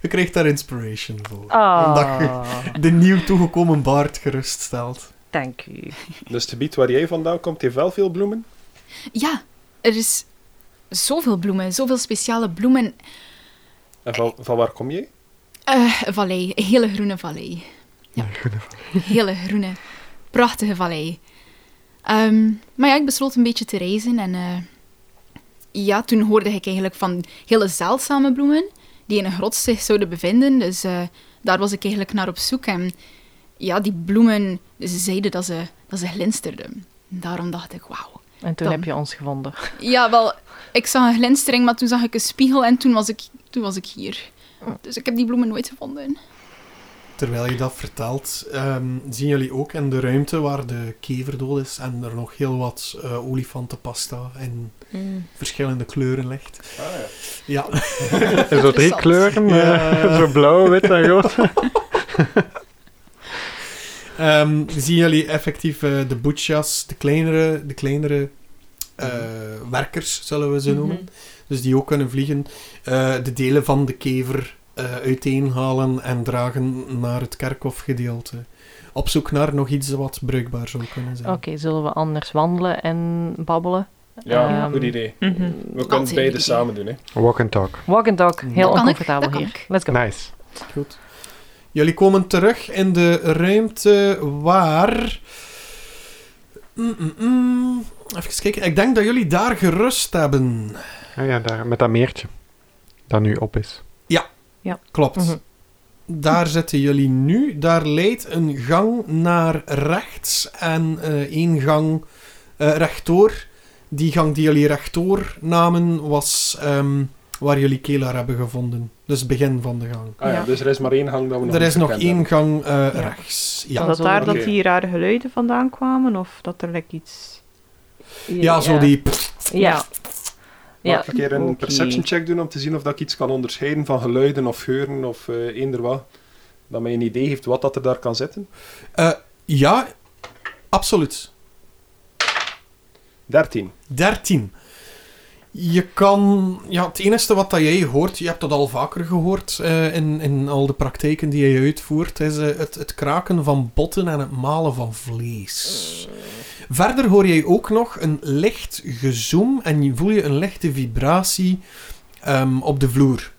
[SPEAKER 2] Je kreeg daar inspiration voor. Omdat je
[SPEAKER 3] Ah,
[SPEAKER 2] de nieuw toegekomen baard geruststelt.
[SPEAKER 3] dank u.
[SPEAKER 5] Dus het gebied waar jij vandaan komt, heeft wel veel bloemen?
[SPEAKER 6] Ja, er is zoveel bloemen, zoveel speciale bloemen.
[SPEAKER 5] En van, van waar kom jij?
[SPEAKER 6] Eh vallei, hele groene vallei. Ja. Hele groene, prachtige vallei. Ehm, maar ja, ik besloot een beetje te reizen. En eh, ja, toen hoorde ik eigenlijk van hele zeldzame bloemen die in een grot zich zouden bevinden. Dus eh, daar was ik eigenlijk naar op zoek. En ja, die bloemen, ze zeiden dat ze, dat ze glinsterden. En daarom dacht ik, wauw.
[SPEAKER 3] En toen
[SPEAKER 6] Dan.
[SPEAKER 3] heb je ons gevonden.
[SPEAKER 6] Ja, wel, ik zag een glinstering, maar toen zag ik een spiegel en toen was ik, toen was ik hier. Dus ik heb die bloemen nooit gevonden.
[SPEAKER 2] Terwijl je dat vertelt, ehm, zien jullie ook in de ruimte waar de kever dood is en er nog heel wat eh, olifantenpasta in
[SPEAKER 7] Mhm.
[SPEAKER 2] verschillende kleuren ligt. Ja,
[SPEAKER 4] Zo drie
[SPEAKER 6] Interessant.
[SPEAKER 4] kleuren. eh,
[SPEAKER 2] Ja.
[SPEAKER 4] zo blauw, wit en rood.
[SPEAKER 2] Ehm, zien jullie effectief eh, de butchas, de kleinere, de kleinere eh, werkers, zullen we ze noemen. Dus die ook kunnen vliegen. eh, de delen van de kever eh, uiteenhalen en dragen naar het kerkhofgedeelte. Op zoek naar nog iets wat bruikbaar zou kunnen zijn.
[SPEAKER 3] Oké, zullen we anders wandelen en babbelen?
[SPEAKER 5] Ja,
[SPEAKER 3] Ehm,
[SPEAKER 5] goed idee.
[SPEAKER 7] Mhm.
[SPEAKER 5] We
[SPEAKER 6] Altijd
[SPEAKER 5] kunnen
[SPEAKER 6] een
[SPEAKER 5] beide
[SPEAKER 6] idee.
[SPEAKER 5] samen doen, hè.
[SPEAKER 4] Walk and talk.
[SPEAKER 3] Walk and talk. Heel
[SPEAKER 6] Dat kan ik,
[SPEAKER 3] oncomfortabel
[SPEAKER 6] dat kan
[SPEAKER 3] hier.
[SPEAKER 6] ik.
[SPEAKER 3] Let's go.
[SPEAKER 4] Nice.
[SPEAKER 2] Goed. Jullie komen terug in de ruimte waar. Mm, mm, mm. Even kijken. Ik denk dat jullie daar gerust hebben.
[SPEAKER 4] Oh ja, daar, met dat meertje. Dat nu op is.
[SPEAKER 2] Klopt.
[SPEAKER 3] Mhm.
[SPEAKER 2] Daar zitten jullie nu. Daar leidt een gang naar rechts en eh één gang eh rechtdoor. Die gang die jullie rechtdoor namen was ehm, waar jullie Kelar hebben gevonden. Dus het begin van de gang.
[SPEAKER 5] Ah ja,
[SPEAKER 7] Ja.
[SPEAKER 5] dus er is maar één hang dat we nog
[SPEAKER 2] er is
[SPEAKER 5] niet
[SPEAKER 2] nog
[SPEAKER 5] gekend
[SPEAKER 2] één gang
[SPEAKER 5] hebben.
[SPEAKER 2] eh,
[SPEAKER 7] Ja.
[SPEAKER 2] rechts. Ja.
[SPEAKER 3] dat
[SPEAKER 7] Was dat daar
[SPEAKER 5] wel-
[SPEAKER 7] dat
[SPEAKER 5] Oké.
[SPEAKER 7] die rare geluiden vandaan kwamen? Of dat er like iets...
[SPEAKER 2] ja, zo die...
[SPEAKER 3] Ja.
[SPEAKER 5] Mag
[SPEAKER 3] Ja,
[SPEAKER 5] ik een keer een
[SPEAKER 7] Oké.
[SPEAKER 5] perception check doen om te zien of dat ik iets kan onderscheiden van geluiden of geuren of eh eender wat? Dat mij een idee heeft wat dat er daar kan zitten.
[SPEAKER 2] Eh, ja, absoluut.
[SPEAKER 5] 13.
[SPEAKER 2] 13. Je kan... Ja, het enige wat dat jij hoort, je hebt dat al vaker gehoord eh, in, in al de praktijken die jij uitvoert, is eh, het, het kraken van botten en het malen van vlees. Verder hoor jij ook nog een licht gezoem en je voel je een lichte vibratie ehm, op de vloer.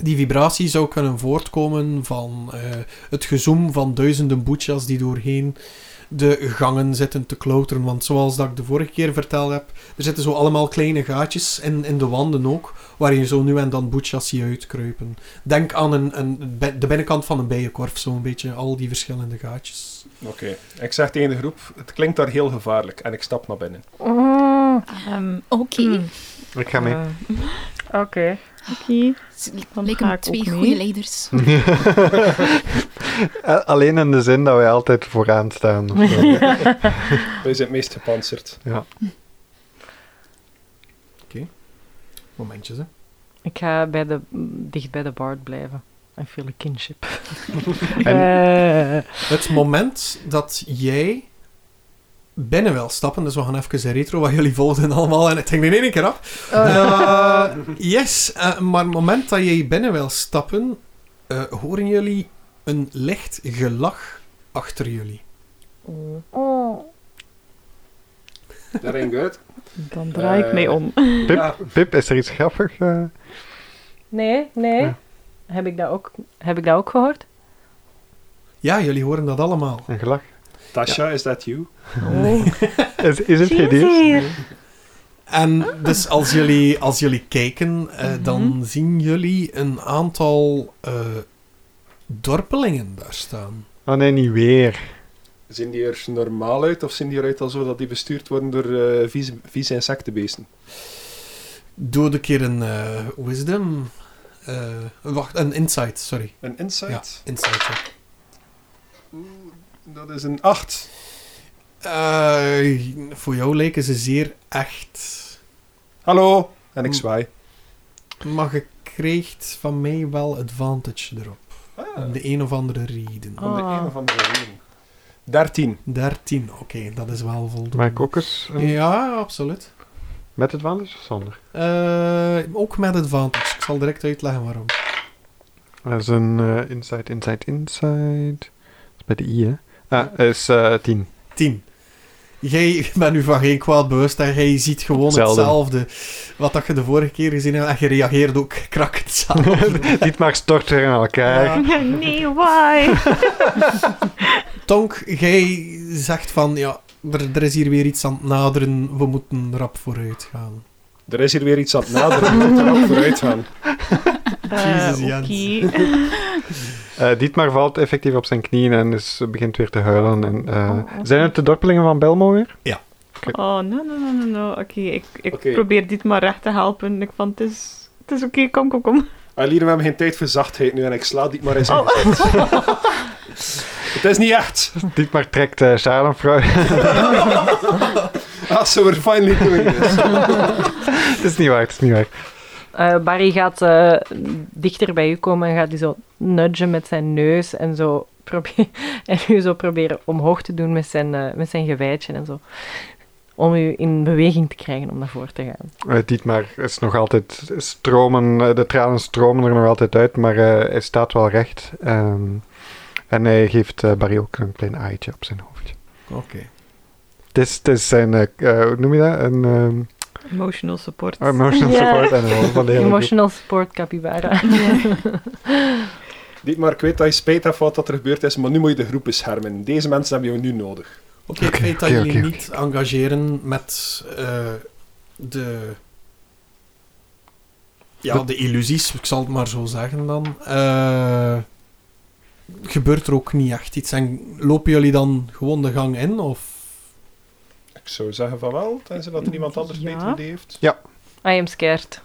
[SPEAKER 2] Die vibratie zou kunnen voortkomen van eh, het gezoem van duizenden boetjas die doorheen de gangen zitten te klauteren. Want zoals dat ik de vorige keer verteld heb, er zitten zo allemaal kleine gaatjes in, in de wanden ook, waar je zo nu en dan boetjas ziet uitkruipen. Denk aan een, een, bi- de binnenkant van een bijenkorf, zo'n beetje, al die verschillende gaatjes.
[SPEAKER 5] Oké. Ik zeg tegen de groep, het klinkt daar heel gevaarlijk en ik stap naar binnen.
[SPEAKER 3] Mm,
[SPEAKER 7] Ehm,
[SPEAKER 6] Oké.
[SPEAKER 7] Mm.
[SPEAKER 4] Ik ga mee.
[SPEAKER 7] eh,
[SPEAKER 3] Oké.
[SPEAKER 7] Oké.
[SPEAKER 6] Ze li-
[SPEAKER 7] Dan
[SPEAKER 6] lijken
[SPEAKER 7] ga
[SPEAKER 6] me
[SPEAKER 7] ik
[SPEAKER 6] twee
[SPEAKER 7] ook mee.
[SPEAKER 6] goede leiders.
[SPEAKER 4] Eh, Alleen in de zin dat wij altijd vooraan staan. of zo.
[SPEAKER 5] Wij zijn het meest gepantserd.
[SPEAKER 2] Momentjes, hè.
[SPEAKER 3] Ik ga bij de, dicht bij de Bard blijven. I feel a kinship.
[SPEAKER 4] En-
[SPEAKER 3] Eh,
[SPEAKER 2] Het moment dat jij binnen wil stappen, dus we gaan even in retro, wat jullie volgden allemaal en het ging in één keer af. Eh, yes, eh, maar het moment dat jij binnen wil stappen, eh, horen jullie een licht gelach achter jullie.
[SPEAKER 3] oh,
[SPEAKER 5] Dat ringt uit.
[SPEAKER 7] Dan draai ik mij
[SPEAKER 5] Eh,
[SPEAKER 7] om.
[SPEAKER 4] Pip, Pip, is er iets grappig? eh?
[SPEAKER 3] Nee, nee.
[SPEAKER 4] Ja.
[SPEAKER 3] Heb, ik dat ook, heb ik dat ook gehoord?
[SPEAKER 2] Ja, jullie horen dat allemaal.
[SPEAKER 4] een gelach?
[SPEAKER 5] Tasha, is that you?
[SPEAKER 3] Oh.
[SPEAKER 4] Is, is het
[SPEAKER 3] Zie je
[SPEAKER 4] geen dier?
[SPEAKER 3] hier?
[SPEAKER 2] En dus als jullie, als jullie kijken, eh, dan zien jullie een aantal eh, dorpelingen daar staan.
[SPEAKER 4] Oh nee, niet weer.
[SPEAKER 5] Zien die er normaal uit of zien die eruit alsof dat die bestuurd worden door eh, vieze, vieze insectenbeesten?
[SPEAKER 2] Doe een keer een eh, wisdom. eh, wacht, een insight, sorry.
[SPEAKER 5] Een
[SPEAKER 2] Ja,
[SPEAKER 5] insight?
[SPEAKER 2] insight. ja.
[SPEAKER 5] Dat is een 8.
[SPEAKER 2] Eh, voor jou lijken ze zeer echt.
[SPEAKER 5] Hallo! En ik
[SPEAKER 2] Hm.
[SPEAKER 5] zwaai.
[SPEAKER 2] Maar je krijgt van mij wel advantage erop.
[SPEAKER 5] Ah.
[SPEAKER 2] Om de een of andere reden.
[SPEAKER 5] Om de
[SPEAKER 3] Ah.
[SPEAKER 5] een of andere reden. 13.
[SPEAKER 2] 13, oké, dat is wel voldoende.
[SPEAKER 4] Maak ik ook eens een-
[SPEAKER 2] Ja, absoluut.
[SPEAKER 4] met het wandels of zonder?
[SPEAKER 2] Eh, ook met advantage. Ik zal direct uitleggen waarom.
[SPEAKER 4] Dat is een eh, inside, inside, inside. Dat is bij de i, hè? Ah, is eh, 10.
[SPEAKER 2] 10. Jij bent nu van geen kwaad bewust en jij ziet gewoon
[SPEAKER 4] Hetzelfde.
[SPEAKER 2] hetzelfde. Wat dat je de vorige keer gezien hebt en je reageert ook krak hetzelfde.
[SPEAKER 4] Niet maar storten in elkaar.
[SPEAKER 2] Ja.
[SPEAKER 7] nee, why?
[SPEAKER 2] Tonk, jij zegt van ja, er, er is hier weer iets aan het naderen, we moeten rap vooruit gaan.
[SPEAKER 5] Er is hier weer iets aan het naderen. We moeten rap vooruit gaan.
[SPEAKER 7] Eh,
[SPEAKER 2] Jezus, Jens.
[SPEAKER 7] Oké.
[SPEAKER 4] Eh, Dietmar valt effectief op zijn knieën en is, eh, begint weer te huilen. En, eh,
[SPEAKER 7] Oh, oké.
[SPEAKER 4] Zijn het de dorpelingen van Belmo weer?
[SPEAKER 7] Oh, no, no, no, no, no. Oké, ik, ik
[SPEAKER 5] Oké.
[SPEAKER 7] probeer dit maar recht te helpen. Ik van, het is, het is oké, kom, kom, kom.
[SPEAKER 5] Aline, we hebben geen tijd voor zachtheid nu en ik sla dit maar eens in. Het is niet echt.
[SPEAKER 4] Dietmar trekt eh Scharenfrui.
[SPEAKER 5] Ah, so we're finally doing this.
[SPEAKER 4] het is niet waar, het is niet waar.
[SPEAKER 3] Eh, Barry gaat eh, dichter bij u komen en gaat u zo nudgen met zijn neus en zo probeer, en u zo proberen omhoog te doen met zijn, eh, met zijn gewijtje en zo. Om u in beweging te krijgen om naar voren te gaan.
[SPEAKER 4] Eh, Dietmar is nog altijd stromen, eh, de tranen stromen er nog altijd uit, maar eh, hij staat wel recht. Ehm, en hij geeft eh, Barry ook een klein aaitje op zijn hoofdje.
[SPEAKER 2] Oké.
[SPEAKER 4] Het is, het is zijn, eh, k- eh, hoe noem je dat? Een ehm,
[SPEAKER 7] Emotional support.
[SPEAKER 4] emotional
[SPEAKER 3] Ja.
[SPEAKER 4] support animal van de hele groep.
[SPEAKER 3] Emotional support capybara.
[SPEAKER 5] Dit maar, ik weet dat je spijt hebt van wat er gebeurd is, maar nu moet je de groep beschermen. Deze mensen hebben jou nu nodig.
[SPEAKER 2] Oké, het feit dat
[SPEAKER 4] oké,
[SPEAKER 2] jullie
[SPEAKER 4] oké, oké.
[SPEAKER 2] niet engageren met eh, de, ja, de illusies, ik zal het maar zo zeggen dan, eh, gebeurt er ook niet echt iets. En lopen jullie dan gewoon de gang in? Of?
[SPEAKER 5] Ik zou zeggen van wel, tenzij dat er iemand anders
[SPEAKER 7] Ja.
[SPEAKER 5] beter idee heeft.
[SPEAKER 3] I am scared.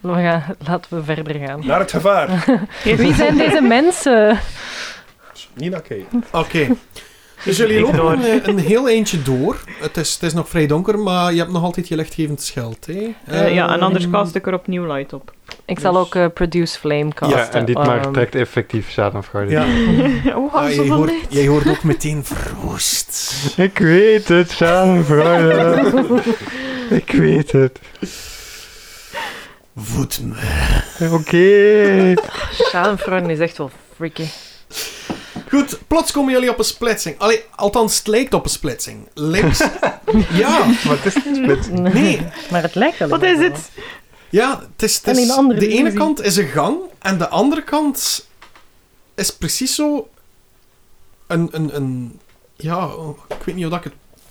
[SPEAKER 3] We gaan, laten we verder gaan.
[SPEAKER 5] Naar het gevaar.
[SPEAKER 3] Wie zijn deze mensen?
[SPEAKER 5] Niet naar kijken.
[SPEAKER 2] Oké. Dus jullie
[SPEAKER 7] Ik
[SPEAKER 2] lopen
[SPEAKER 7] door.
[SPEAKER 2] een, een heel eindje door. Het is, het is nog vrij donker, maar je hebt nog altijd je lichtgevend schild. Hè?
[SPEAKER 7] Eh, ja, en anders
[SPEAKER 2] Ehm,
[SPEAKER 7] kast ik er opnieuw light op.
[SPEAKER 3] Ik zal ook eh, Produce Flame casten.
[SPEAKER 4] Ja, en Dietmar
[SPEAKER 3] Ehm,
[SPEAKER 4] trekt effectief Schadenfreude.
[SPEAKER 2] Ja.
[SPEAKER 7] Oh,
[SPEAKER 2] Ah, jij,
[SPEAKER 7] zoveel
[SPEAKER 2] hoort,
[SPEAKER 7] licht.
[SPEAKER 2] jij hoort ook meteen verroest.
[SPEAKER 4] Ik weet het, Schadenfreude. Ik weet het.
[SPEAKER 2] Voed me.
[SPEAKER 4] Oké.
[SPEAKER 3] Schadenfreude is echt wel freaky.
[SPEAKER 2] Goed, plots komen jullie op een splitsing. Allee, althans, het lijkt op een splitsing. Links. ja,
[SPEAKER 4] Maar het is niet split.
[SPEAKER 2] nee.
[SPEAKER 3] Maar het lijkt wel.
[SPEAKER 7] Wat is het?
[SPEAKER 2] Ja, het is. het
[SPEAKER 3] En
[SPEAKER 2] is-
[SPEAKER 3] in de andere
[SPEAKER 2] de ene
[SPEAKER 3] dimensie.
[SPEAKER 2] kant is een gang en de andere kant is precies zo. Een. een, een ja, ik weet niet hoe dat ik het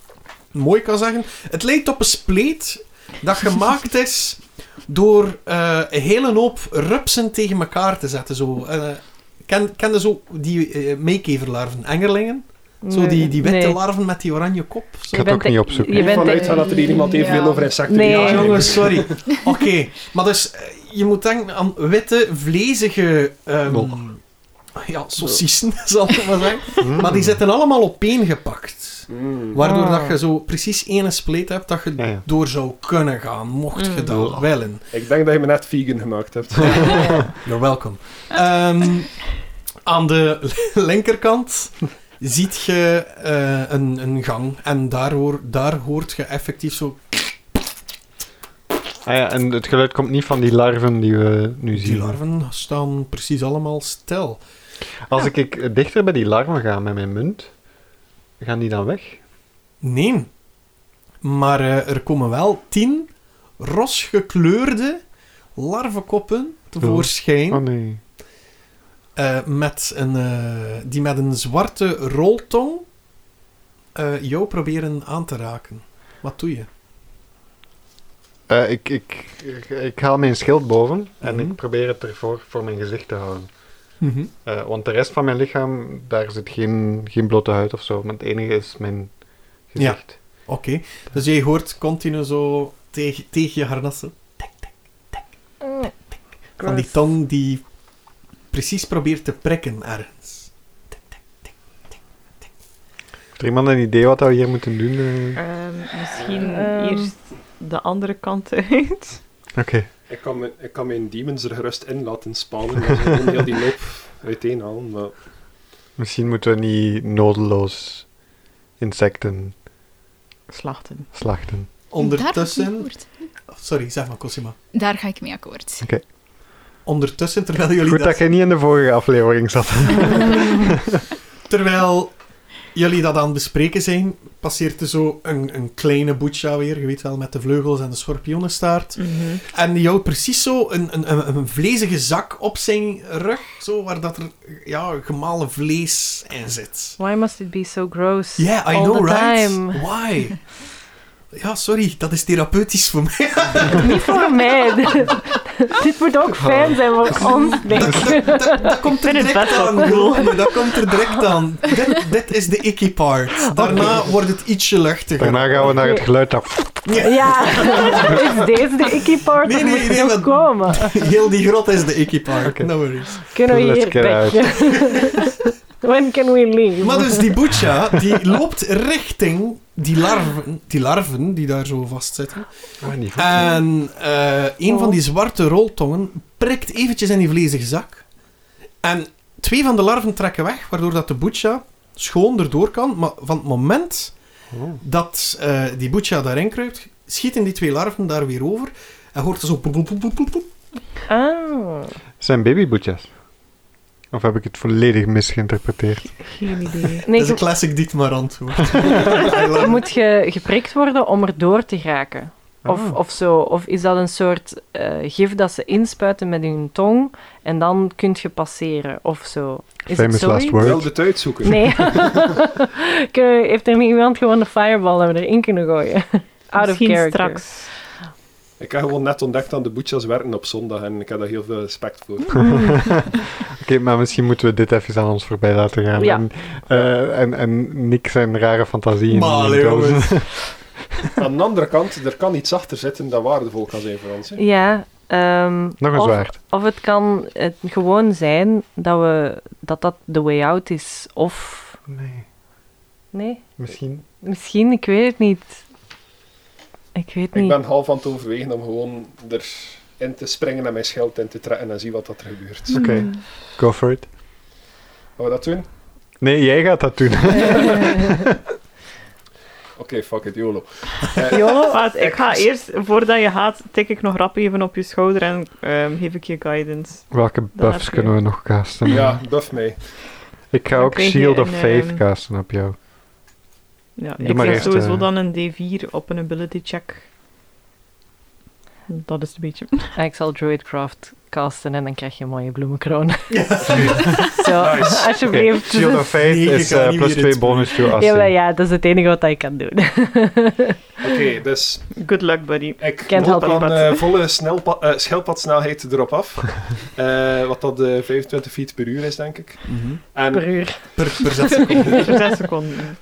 [SPEAKER 2] mooi kan zeggen. Het lijkt op een spleet dat gemaakt is door eh, een hele hoop rupsen tegen elkaar te zetten. Zo. Eh, ken, ken je zo die eh, meekeverlarven, engerlingen? Zo die, die witte
[SPEAKER 3] nee.
[SPEAKER 2] larven met die oranje kop. Zo.
[SPEAKER 4] Ik ga het ook niet opzoeken.
[SPEAKER 3] Je
[SPEAKER 5] Ik
[SPEAKER 3] bent
[SPEAKER 5] vanuit
[SPEAKER 3] de-
[SPEAKER 5] gaan dat er hier iemand evenveel
[SPEAKER 6] Ja.
[SPEAKER 5] over insecten
[SPEAKER 3] Nee.
[SPEAKER 5] weet.
[SPEAKER 2] Ja,
[SPEAKER 3] Ja,
[SPEAKER 2] jongens, sorry. Oké, maar dus eh, je moet denken aan witte, vlezige. ehm,
[SPEAKER 4] Bol.
[SPEAKER 2] ja, saucissen, zal ik maar zeggen.
[SPEAKER 4] Hmm.
[SPEAKER 2] Maar die zitten allemaal opeengepakt.
[SPEAKER 5] Mm.
[SPEAKER 2] Waardoor dat je zo precies één spleet hebt dat je
[SPEAKER 4] Ja, ja.
[SPEAKER 2] door zou kunnen gaan, mocht je dat willen.
[SPEAKER 5] Ik denk dat je me net vegan gemaakt hebt.
[SPEAKER 2] You're welcome. Ehm, aan de linkerkant ziet je eh, een, een gang en daar, hoor, daar hoort je effectief zo
[SPEAKER 4] Ah ja, en het geluid komt niet van die larven die we nu zien.
[SPEAKER 2] Die larven staan precies allemaal stil.
[SPEAKER 4] Als ik, ik dichter bij die larven ga met mijn munt, gaan die dan weg?
[SPEAKER 2] Nee. Maar eh, er komen wel tien rosgekleurde larvenkoppen tevoorschijn.
[SPEAKER 4] Oh nee.
[SPEAKER 2] eh, met een, eh, die met een zwarte roltong eh, jou proberen aan te raken. Wat doe je?
[SPEAKER 4] Eh, ik, ik, ik, ik haal mijn schild boven en
[SPEAKER 2] Mhm.
[SPEAKER 4] ik probeer het ervoor voor mijn gezicht te houden. Eh, want de rest van mijn lichaam, daar zit geen, geen blote huid of zo. Maar het enige is mijn gezicht.
[SPEAKER 2] Oké. Dus jij hoort continu zo tegen, tegen je harnassen van die tong die precies probeert te prikken ergens.
[SPEAKER 4] Heeft er iemand een idee wat we hier moeten doen? Eh,
[SPEAKER 7] Ehm, misschien
[SPEAKER 3] Ehm.
[SPEAKER 7] eerst de andere kant uit.
[SPEAKER 4] Oké.
[SPEAKER 5] ik, kan mijn, ik kan mijn demons er gerust in laten spannen. maar ze gewoon heel die loop uiteenhalen. Maar
[SPEAKER 4] Misschien moeten we niet nodeloos insecten
[SPEAKER 7] Slachten.
[SPEAKER 4] slachten.
[SPEAKER 6] Daar ga ik mee
[SPEAKER 2] Ondertussen...
[SPEAKER 6] akkoord.
[SPEAKER 2] Oh, sorry, zeg maar, Cosima.
[SPEAKER 6] Daar ga ik mee akkoord.
[SPEAKER 2] Ondertussen, terwijl jullie
[SPEAKER 4] Goed
[SPEAKER 2] dat...
[SPEAKER 4] dat jij niet in de vorige aflevering zat.
[SPEAKER 2] Terwijl jullie dat aan het bespreken zijn, passeert er zo een, een kleine Butcha weer, je weet wel, met de vleugels en de schorpionenstaart.
[SPEAKER 7] Mhm.
[SPEAKER 2] En die houdt precies zo een, een, een, een vlezige zak op zijn rug, zo, waar dat er ja, gemalen vlees in zit.
[SPEAKER 3] Why must it be so gross?
[SPEAKER 2] Yeah, I
[SPEAKER 3] all
[SPEAKER 2] know,
[SPEAKER 3] the
[SPEAKER 2] right?
[SPEAKER 3] time.
[SPEAKER 2] Why? Ja, sorry, dat is therapeutisch voor mij.
[SPEAKER 3] Niet voor mij. Dit moet ook fijn zijn voor ons, denk ik.
[SPEAKER 2] Oh. Dat, dat, dat komt er
[SPEAKER 7] Ik vind het
[SPEAKER 2] direct
[SPEAKER 7] best wel
[SPEAKER 2] aan,
[SPEAKER 7] cool.
[SPEAKER 2] geloof me, dat komt er direct aan. Dit, dit is de icky part. Daarna wordt het ietsje luchtiger.
[SPEAKER 4] Daarna gaan we naar het geluid dat
[SPEAKER 3] Ja, is deze de icky part?
[SPEAKER 2] Nee,
[SPEAKER 3] of
[SPEAKER 2] nee,
[SPEAKER 3] moet die
[SPEAKER 2] nee,
[SPEAKER 3] nog
[SPEAKER 2] want-
[SPEAKER 3] komen?
[SPEAKER 7] eh,
[SPEAKER 2] Heel die grot is de icky part,
[SPEAKER 4] Oké.
[SPEAKER 2] no worries.
[SPEAKER 3] Kunnen we
[SPEAKER 4] Let's
[SPEAKER 3] hier
[SPEAKER 4] get out.
[SPEAKER 3] weg? When can we leave?
[SPEAKER 2] Maar dus die Butcha, die loopt richting die larven, die larven die daar zo vastzitten.
[SPEAKER 4] Ah, niet goed.
[SPEAKER 2] En eh, een van die zwarte roltongen prikt eventjes in die vlezige zak. En twee van de larven trekken weg, waardoor dat de Butcha schoon erdoor kan. Maar van het moment dat eh, die Butcha daarin kruipt, schieten die twee larven daar weer over. En hoort er zo... ploep, ploep, ploep, ploep, ploep, ploep.
[SPEAKER 3] Ah.
[SPEAKER 4] Zijn babyboetjes? Of heb ik het volledig misgeïnterpreteerd?
[SPEAKER 7] Geen idee.
[SPEAKER 2] Dat
[SPEAKER 3] Nee,
[SPEAKER 2] is een
[SPEAKER 3] je,
[SPEAKER 2] classic Dietmar antwoord. I love
[SPEAKER 3] je
[SPEAKER 2] it.
[SPEAKER 3] moet ge, geprikt worden om er door te geraken. Of,
[SPEAKER 4] Ah.
[SPEAKER 3] of zo. Of is dat een soort eh, gif dat ze inspuiten met hun tong en dan kun je passeren of zo? Is het
[SPEAKER 4] Famous
[SPEAKER 3] zoiets?
[SPEAKER 4] last word.
[SPEAKER 5] Wel het uitzoeken.
[SPEAKER 3] Nee. Kunnen we- Heeft er niet iemand gewoon een fireball dat we erin kunnen gooien? Out of
[SPEAKER 7] Misschien
[SPEAKER 3] character.
[SPEAKER 7] straks.
[SPEAKER 5] Ik heb gewoon net ontdekt dat de Butchas werken op zondag en ik heb daar heel veel respect voor.
[SPEAKER 4] Oké, maar misschien moeten we dit even aan ons voorbij laten gaan.
[SPEAKER 3] Ja.
[SPEAKER 4] En, eh, en, en Nick zijn rare fantasieën.
[SPEAKER 2] Maar allee,
[SPEAKER 4] dozen.
[SPEAKER 2] jongens.
[SPEAKER 5] Aan de andere kant, er kan iets achter zitten dat waardevol kan zijn voor ons. hè.
[SPEAKER 3] Ja. ehm,
[SPEAKER 4] Nog een
[SPEAKER 3] of,
[SPEAKER 4] zwaard.
[SPEAKER 3] Of het kan het gewoon zijn dat we, dat, dat de way out is. Of...
[SPEAKER 4] Nee,
[SPEAKER 3] Nee,
[SPEAKER 4] misschien.
[SPEAKER 3] misschien. Ik weet het niet. Ik weet
[SPEAKER 5] Ik
[SPEAKER 3] niet.
[SPEAKER 5] ben half aan het overwegen om gewoon erin te springen en mijn schild in te trekken en zien wat dat er gebeurt.
[SPEAKER 3] Hmm.
[SPEAKER 4] Oké, go for it.
[SPEAKER 5] Gaan we dat doen?
[SPEAKER 4] Nee, jij gaat dat doen.
[SPEAKER 5] Oké, fuck it, YOLO.
[SPEAKER 7] Jolo, wacht, ik ga eerst, voordat je gaat, tik ik nog rap even op je schouder en ehm, geef ik je guidance.
[SPEAKER 4] Welke buffs
[SPEAKER 7] heb je.
[SPEAKER 4] kunnen we nog casten?
[SPEAKER 5] Ja, buff mij.
[SPEAKER 4] Ik ga
[SPEAKER 7] Dan
[SPEAKER 4] ook
[SPEAKER 7] krijg je
[SPEAKER 4] Shield of
[SPEAKER 7] een,
[SPEAKER 4] Faith
[SPEAKER 3] eh,
[SPEAKER 7] ehm,
[SPEAKER 4] casten op jou.
[SPEAKER 7] Ja,
[SPEAKER 4] Doe
[SPEAKER 7] ik
[SPEAKER 4] maar
[SPEAKER 7] krijg
[SPEAKER 4] eerst,
[SPEAKER 7] sowieso
[SPEAKER 4] eh.
[SPEAKER 7] dan een D4 op een ability check. Dat is een beetje...
[SPEAKER 3] Ah, Ik zal Druidcraft casten en dan krijg je een mooie bloemenkroon. Zo,
[SPEAKER 5] Nice.
[SPEAKER 3] alsjeblieft.
[SPEAKER 4] Shield of Faith
[SPEAKER 2] Nee, je
[SPEAKER 4] is
[SPEAKER 2] kan
[SPEAKER 4] eh,
[SPEAKER 2] niet
[SPEAKER 4] plus
[SPEAKER 2] meer
[SPEAKER 4] 2
[SPEAKER 2] iets doen.
[SPEAKER 4] bonus to
[SPEAKER 3] Ja, maar
[SPEAKER 4] Assin.
[SPEAKER 3] ja, dat is het enige wat ik kan doen.
[SPEAKER 5] Oké, dus
[SPEAKER 7] Good luck, buddy.
[SPEAKER 5] ik
[SPEAKER 3] Can't
[SPEAKER 5] loop
[SPEAKER 3] help
[SPEAKER 5] aan
[SPEAKER 3] it,
[SPEAKER 5] eh, volle snelpa- eh, schelpadsnelheid erop af. Eh, wat dat eh 25 feet per uur is, denk ik.
[SPEAKER 2] Mhm.
[SPEAKER 5] En
[SPEAKER 3] Per uur.
[SPEAKER 2] Per, per zes seconden.
[SPEAKER 7] Voor zes seconden.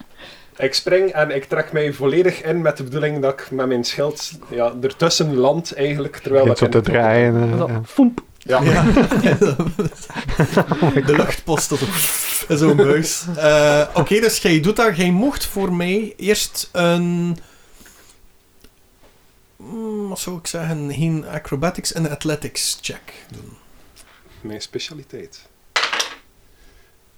[SPEAKER 5] Ik spring en ik trek mij volledig in met de bedoeling dat ik met mijn schild ja, ertussen land eigenlijk. Terwijl
[SPEAKER 4] Begint
[SPEAKER 5] dat
[SPEAKER 4] zo
[SPEAKER 5] ik
[SPEAKER 4] te
[SPEAKER 5] in-
[SPEAKER 4] draaien. eh,
[SPEAKER 3] Zo,
[SPEAKER 4] ja.
[SPEAKER 3] foemp.
[SPEAKER 5] Ja.
[SPEAKER 2] Ja.
[SPEAKER 7] Oh
[SPEAKER 2] de luchtpost tot op- zo'n muis. Eh, Oké, dus jij doet dat. Jij mocht voor mij eerst een... Mm, Wat zou ik zeggen? Geen acrobatics, een athletics check doen.
[SPEAKER 5] Mijn specialiteit.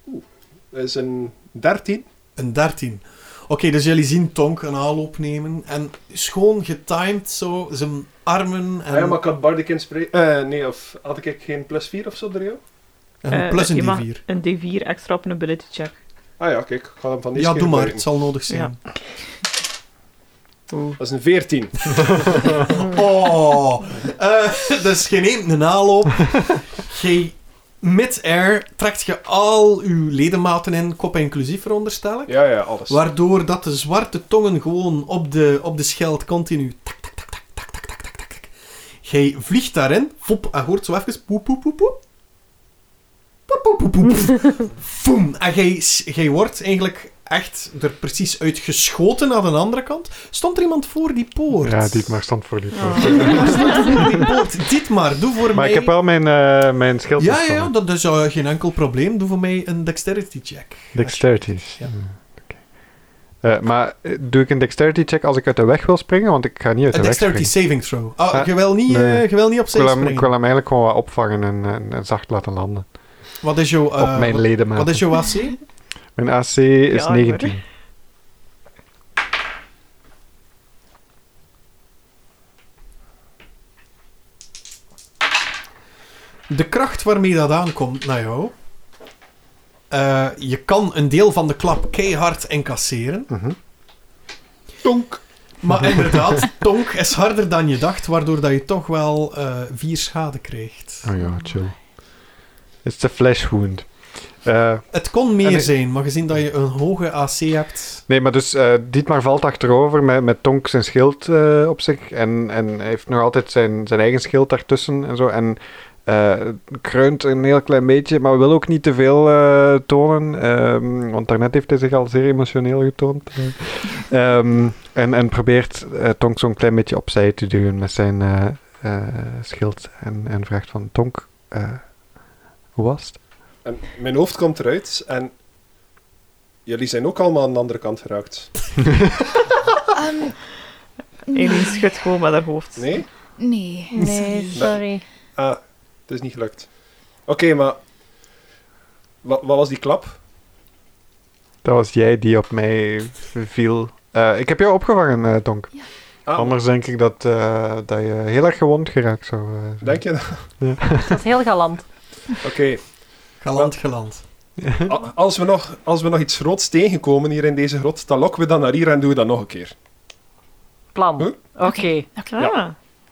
[SPEAKER 5] Oeh, dat is een 13.
[SPEAKER 2] Een 13. Oké, dus jullie zien Tonk een aanloop nemen. En schoon getimed, zo, zijn armen en
[SPEAKER 5] Ah ja, maar ik had Bardic Inspiration... eh nee, of had ik geen plus 4 of zo er, joh?
[SPEAKER 2] en
[SPEAKER 7] Eh,
[SPEAKER 2] plus
[SPEAKER 7] je
[SPEAKER 2] een
[SPEAKER 7] mag
[SPEAKER 2] D4.
[SPEAKER 7] Een D4 extra op een ability check.
[SPEAKER 5] Ah ja, kijk, ik ga hem van deze
[SPEAKER 2] Ja,
[SPEAKER 5] keer
[SPEAKER 2] doe maar. Het
[SPEAKER 5] gebruiken.
[SPEAKER 2] zal nodig zijn.
[SPEAKER 7] Ja.
[SPEAKER 5] Dat is een 14.
[SPEAKER 2] Oh, eh, dus je neemt een aanloop. Je mid-air trekt je al uw ledematen in, kop inclusief veronderstel ik.
[SPEAKER 5] Ja, ja, alles.
[SPEAKER 2] Waardoor dat de zwarte tongen gewoon op de, op de scheld continu. Tak, tak, tak, tak, tak, tak, tak, tak, tak, tak. Jij vliegt daarin, fop, en hoort zo even. Poep, poep, poep, poep. Poep, poep, poep, poep. Voem. En jij, s- jij wordt eigenlijk echt er precies uit geschoten aan de andere kant. Stond er iemand voor die poort?
[SPEAKER 4] Ja, dit maar stand voor die. poort.
[SPEAKER 2] Ja, staat voor die poort. Dit maar, doe voor
[SPEAKER 4] Maar
[SPEAKER 2] mij...
[SPEAKER 4] ik heb wel mijn, eh, mijn schild.
[SPEAKER 2] Ja, ja,
[SPEAKER 4] gespannen.
[SPEAKER 2] ja, dat is eh, geen enkel probleem. Doe voor mij een dexterity check.
[SPEAKER 4] Dexterities.
[SPEAKER 2] Ja.
[SPEAKER 4] Ja. oké. Eh, maar eh, doe ik een dexterity check als ik uit de weg wil springen? Want ik ga niet uit de
[SPEAKER 2] Een
[SPEAKER 4] weg
[SPEAKER 2] dexterity
[SPEAKER 4] springen.
[SPEAKER 2] saving throw. Ah,
[SPEAKER 4] Ah,
[SPEAKER 2] je wil niet,
[SPEAKER 4] nee.
[SPEAKER 2] eh, je wil niet op
[SPEAKER 4] Ik wil,
[SPEAKER 2] zee
[SPEAKER 4] hem, ik
[SPEAKER 2] springen.
[SPEAKER 4] wil hem eigenlijk gewoon wat opvangen en, en- en zacht laten landen.
[SPEAKER 2] Wat is jouw... eh,
[SPEAKER 4] op mijn
[SPEAKER 2] wat,
[SPEAKER 4] ledematen.
[SPEAKER 2] wat is jouw AC?
[SPEAKER 4] Mijn AC is
[SPEAKER 7] Ja, ik
[SPEAKER 4] 19.
[SPEAKER 2] De kracht waarmee dat aankomt naar jou... Eh, je kan een deel van de klap keihard incasseren.
[SPEAKER 4] Mhm.
[SPEAKER 5] Tonk.
[SPEAKER 2] Maar inderdaad, tonk is harder dan je dacht, waardoor dat je toch wel eh, vier schade krijgt.
[SPEAKER 4] Oh ja, chill. Het is een flash wound. Eh,
[SPEAKER 2] Het kon
[SPEAKER 4] En
[SPEAKER 2] meer
[SPEAKER 4] ik-
[SPEAKER 2] zijn, maar gezien dat je een hoge AC hebt...
[SPEAKER 4] nee, maar dus eh Dietmar valt achterover met, met Tonk zijn schild eh, op zich. En, en hij heeft nog altijd zijn, zijn eigen schild daartussen en zo. En eh, kreunt een heel klein beetje, maar wil ook niet te veel eh, tonen. ehm, want daarnet heeft hij zich al zeer emotioneel getoond. Eh, ehm, en, en probeert eh, Tonk zo'n klein beetje opzij te duwen met zijn eh, eh, schild. En, en vraagt van Tonk, eh, hoe was het?
[SPEAKER 5] En mijn hoofd komt eruit en jullie zijn ook allemaal aan de andere kant geraakt.
[SPEAKER 7] Eline schudt gewoon met haar hoofd.
[SPEAKER 5] Nee?
[SPEAKER 6] Nee.
[SPEAKER 3] Nee, sorry.
[SPEAKER 5] Ah, het is niet gelukt. Oké, maar wa- wat was die klap?
[SPEAKER 4] Dat was jij die op mij viel. Eh, ik heb jou opgevangen, eh, Tonk.
[SPEAKER 5] Ah,
[SPEAKER 4] Anders denk ik dat, eh, dat je heel erg gewond geraakt zou eh, zijn.
[SPEAKER 5] Denk je? dat-
[SPEAKER 3] Het was heel galant.
[SPEAKER 5] Oké,
[SPEAKER 2] Galant, galant.
[SPEAKER 5] a- als, we nog- als we nog iets groots tegenkomen hier in deze grot, dan lokken we dan naar hier en doen we dat nog een keer.
[SPEAKER 3] Plan.
[SPEAKER 5] Huh?
[SPEAKER 3] Oké.
[SPEAKER 7] Ah.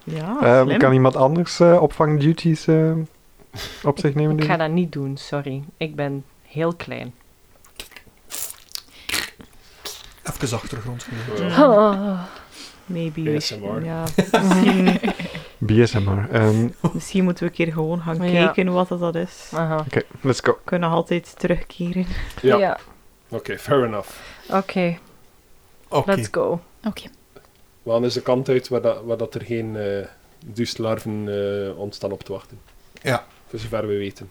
[SPEAKER 7] Ja,
[SPEAKER 4] Eh,
[SPEAKER 7] slim.
[SPEAKER 4] kan iemand anders eh opvangduties eh, op zich nemen?
[SPEAKER 3] Ik
[SPEAKER 4] denk
[SPEAKER 3] ga
[SPEAKER 4] ik?
[SPEAKER 3] dat niet doen, sorry. Ik ben heel klein.
[SPEAKER 2] Even achtergrond.
[SPEAKER 3] Oh.
[SPEAKER 7] Maybe. we-
[SPEAKER 5] ASMR.
[SPEAKER 7] Ja, misschien,
[SPEAKER 4] BSMR. Ehm, Oké,
[SPEAKER 7] misschien moeten we een keer gewoon gaan
[SPEAKER 3] Ja.
[SPEAKER 7] kijken wat dat dat is. We
[SPEAKER 3] Aha.
[SPEAKER 4] let's go.
[SPEAKER 7] kunnen altijd terugkeren.
[SPEAKER 5] Ja,
[SPEAKER 3] Ja.
[SPEAKER 5] oké, fair enough.
[SPEAKER 3] Oké,
[SPEAKER 2] Oké.
[SPEAKER 3] let's go.
[SPEAKER 6] Oké.
[SPEAKER 5] We gaan eens de kant uit waar, dat, waar dat er geen eh duistlarven eh ons staan op te wachten.
[SPEAKER 2] Ja.
[SPEAKER 5] Voor zover we weten.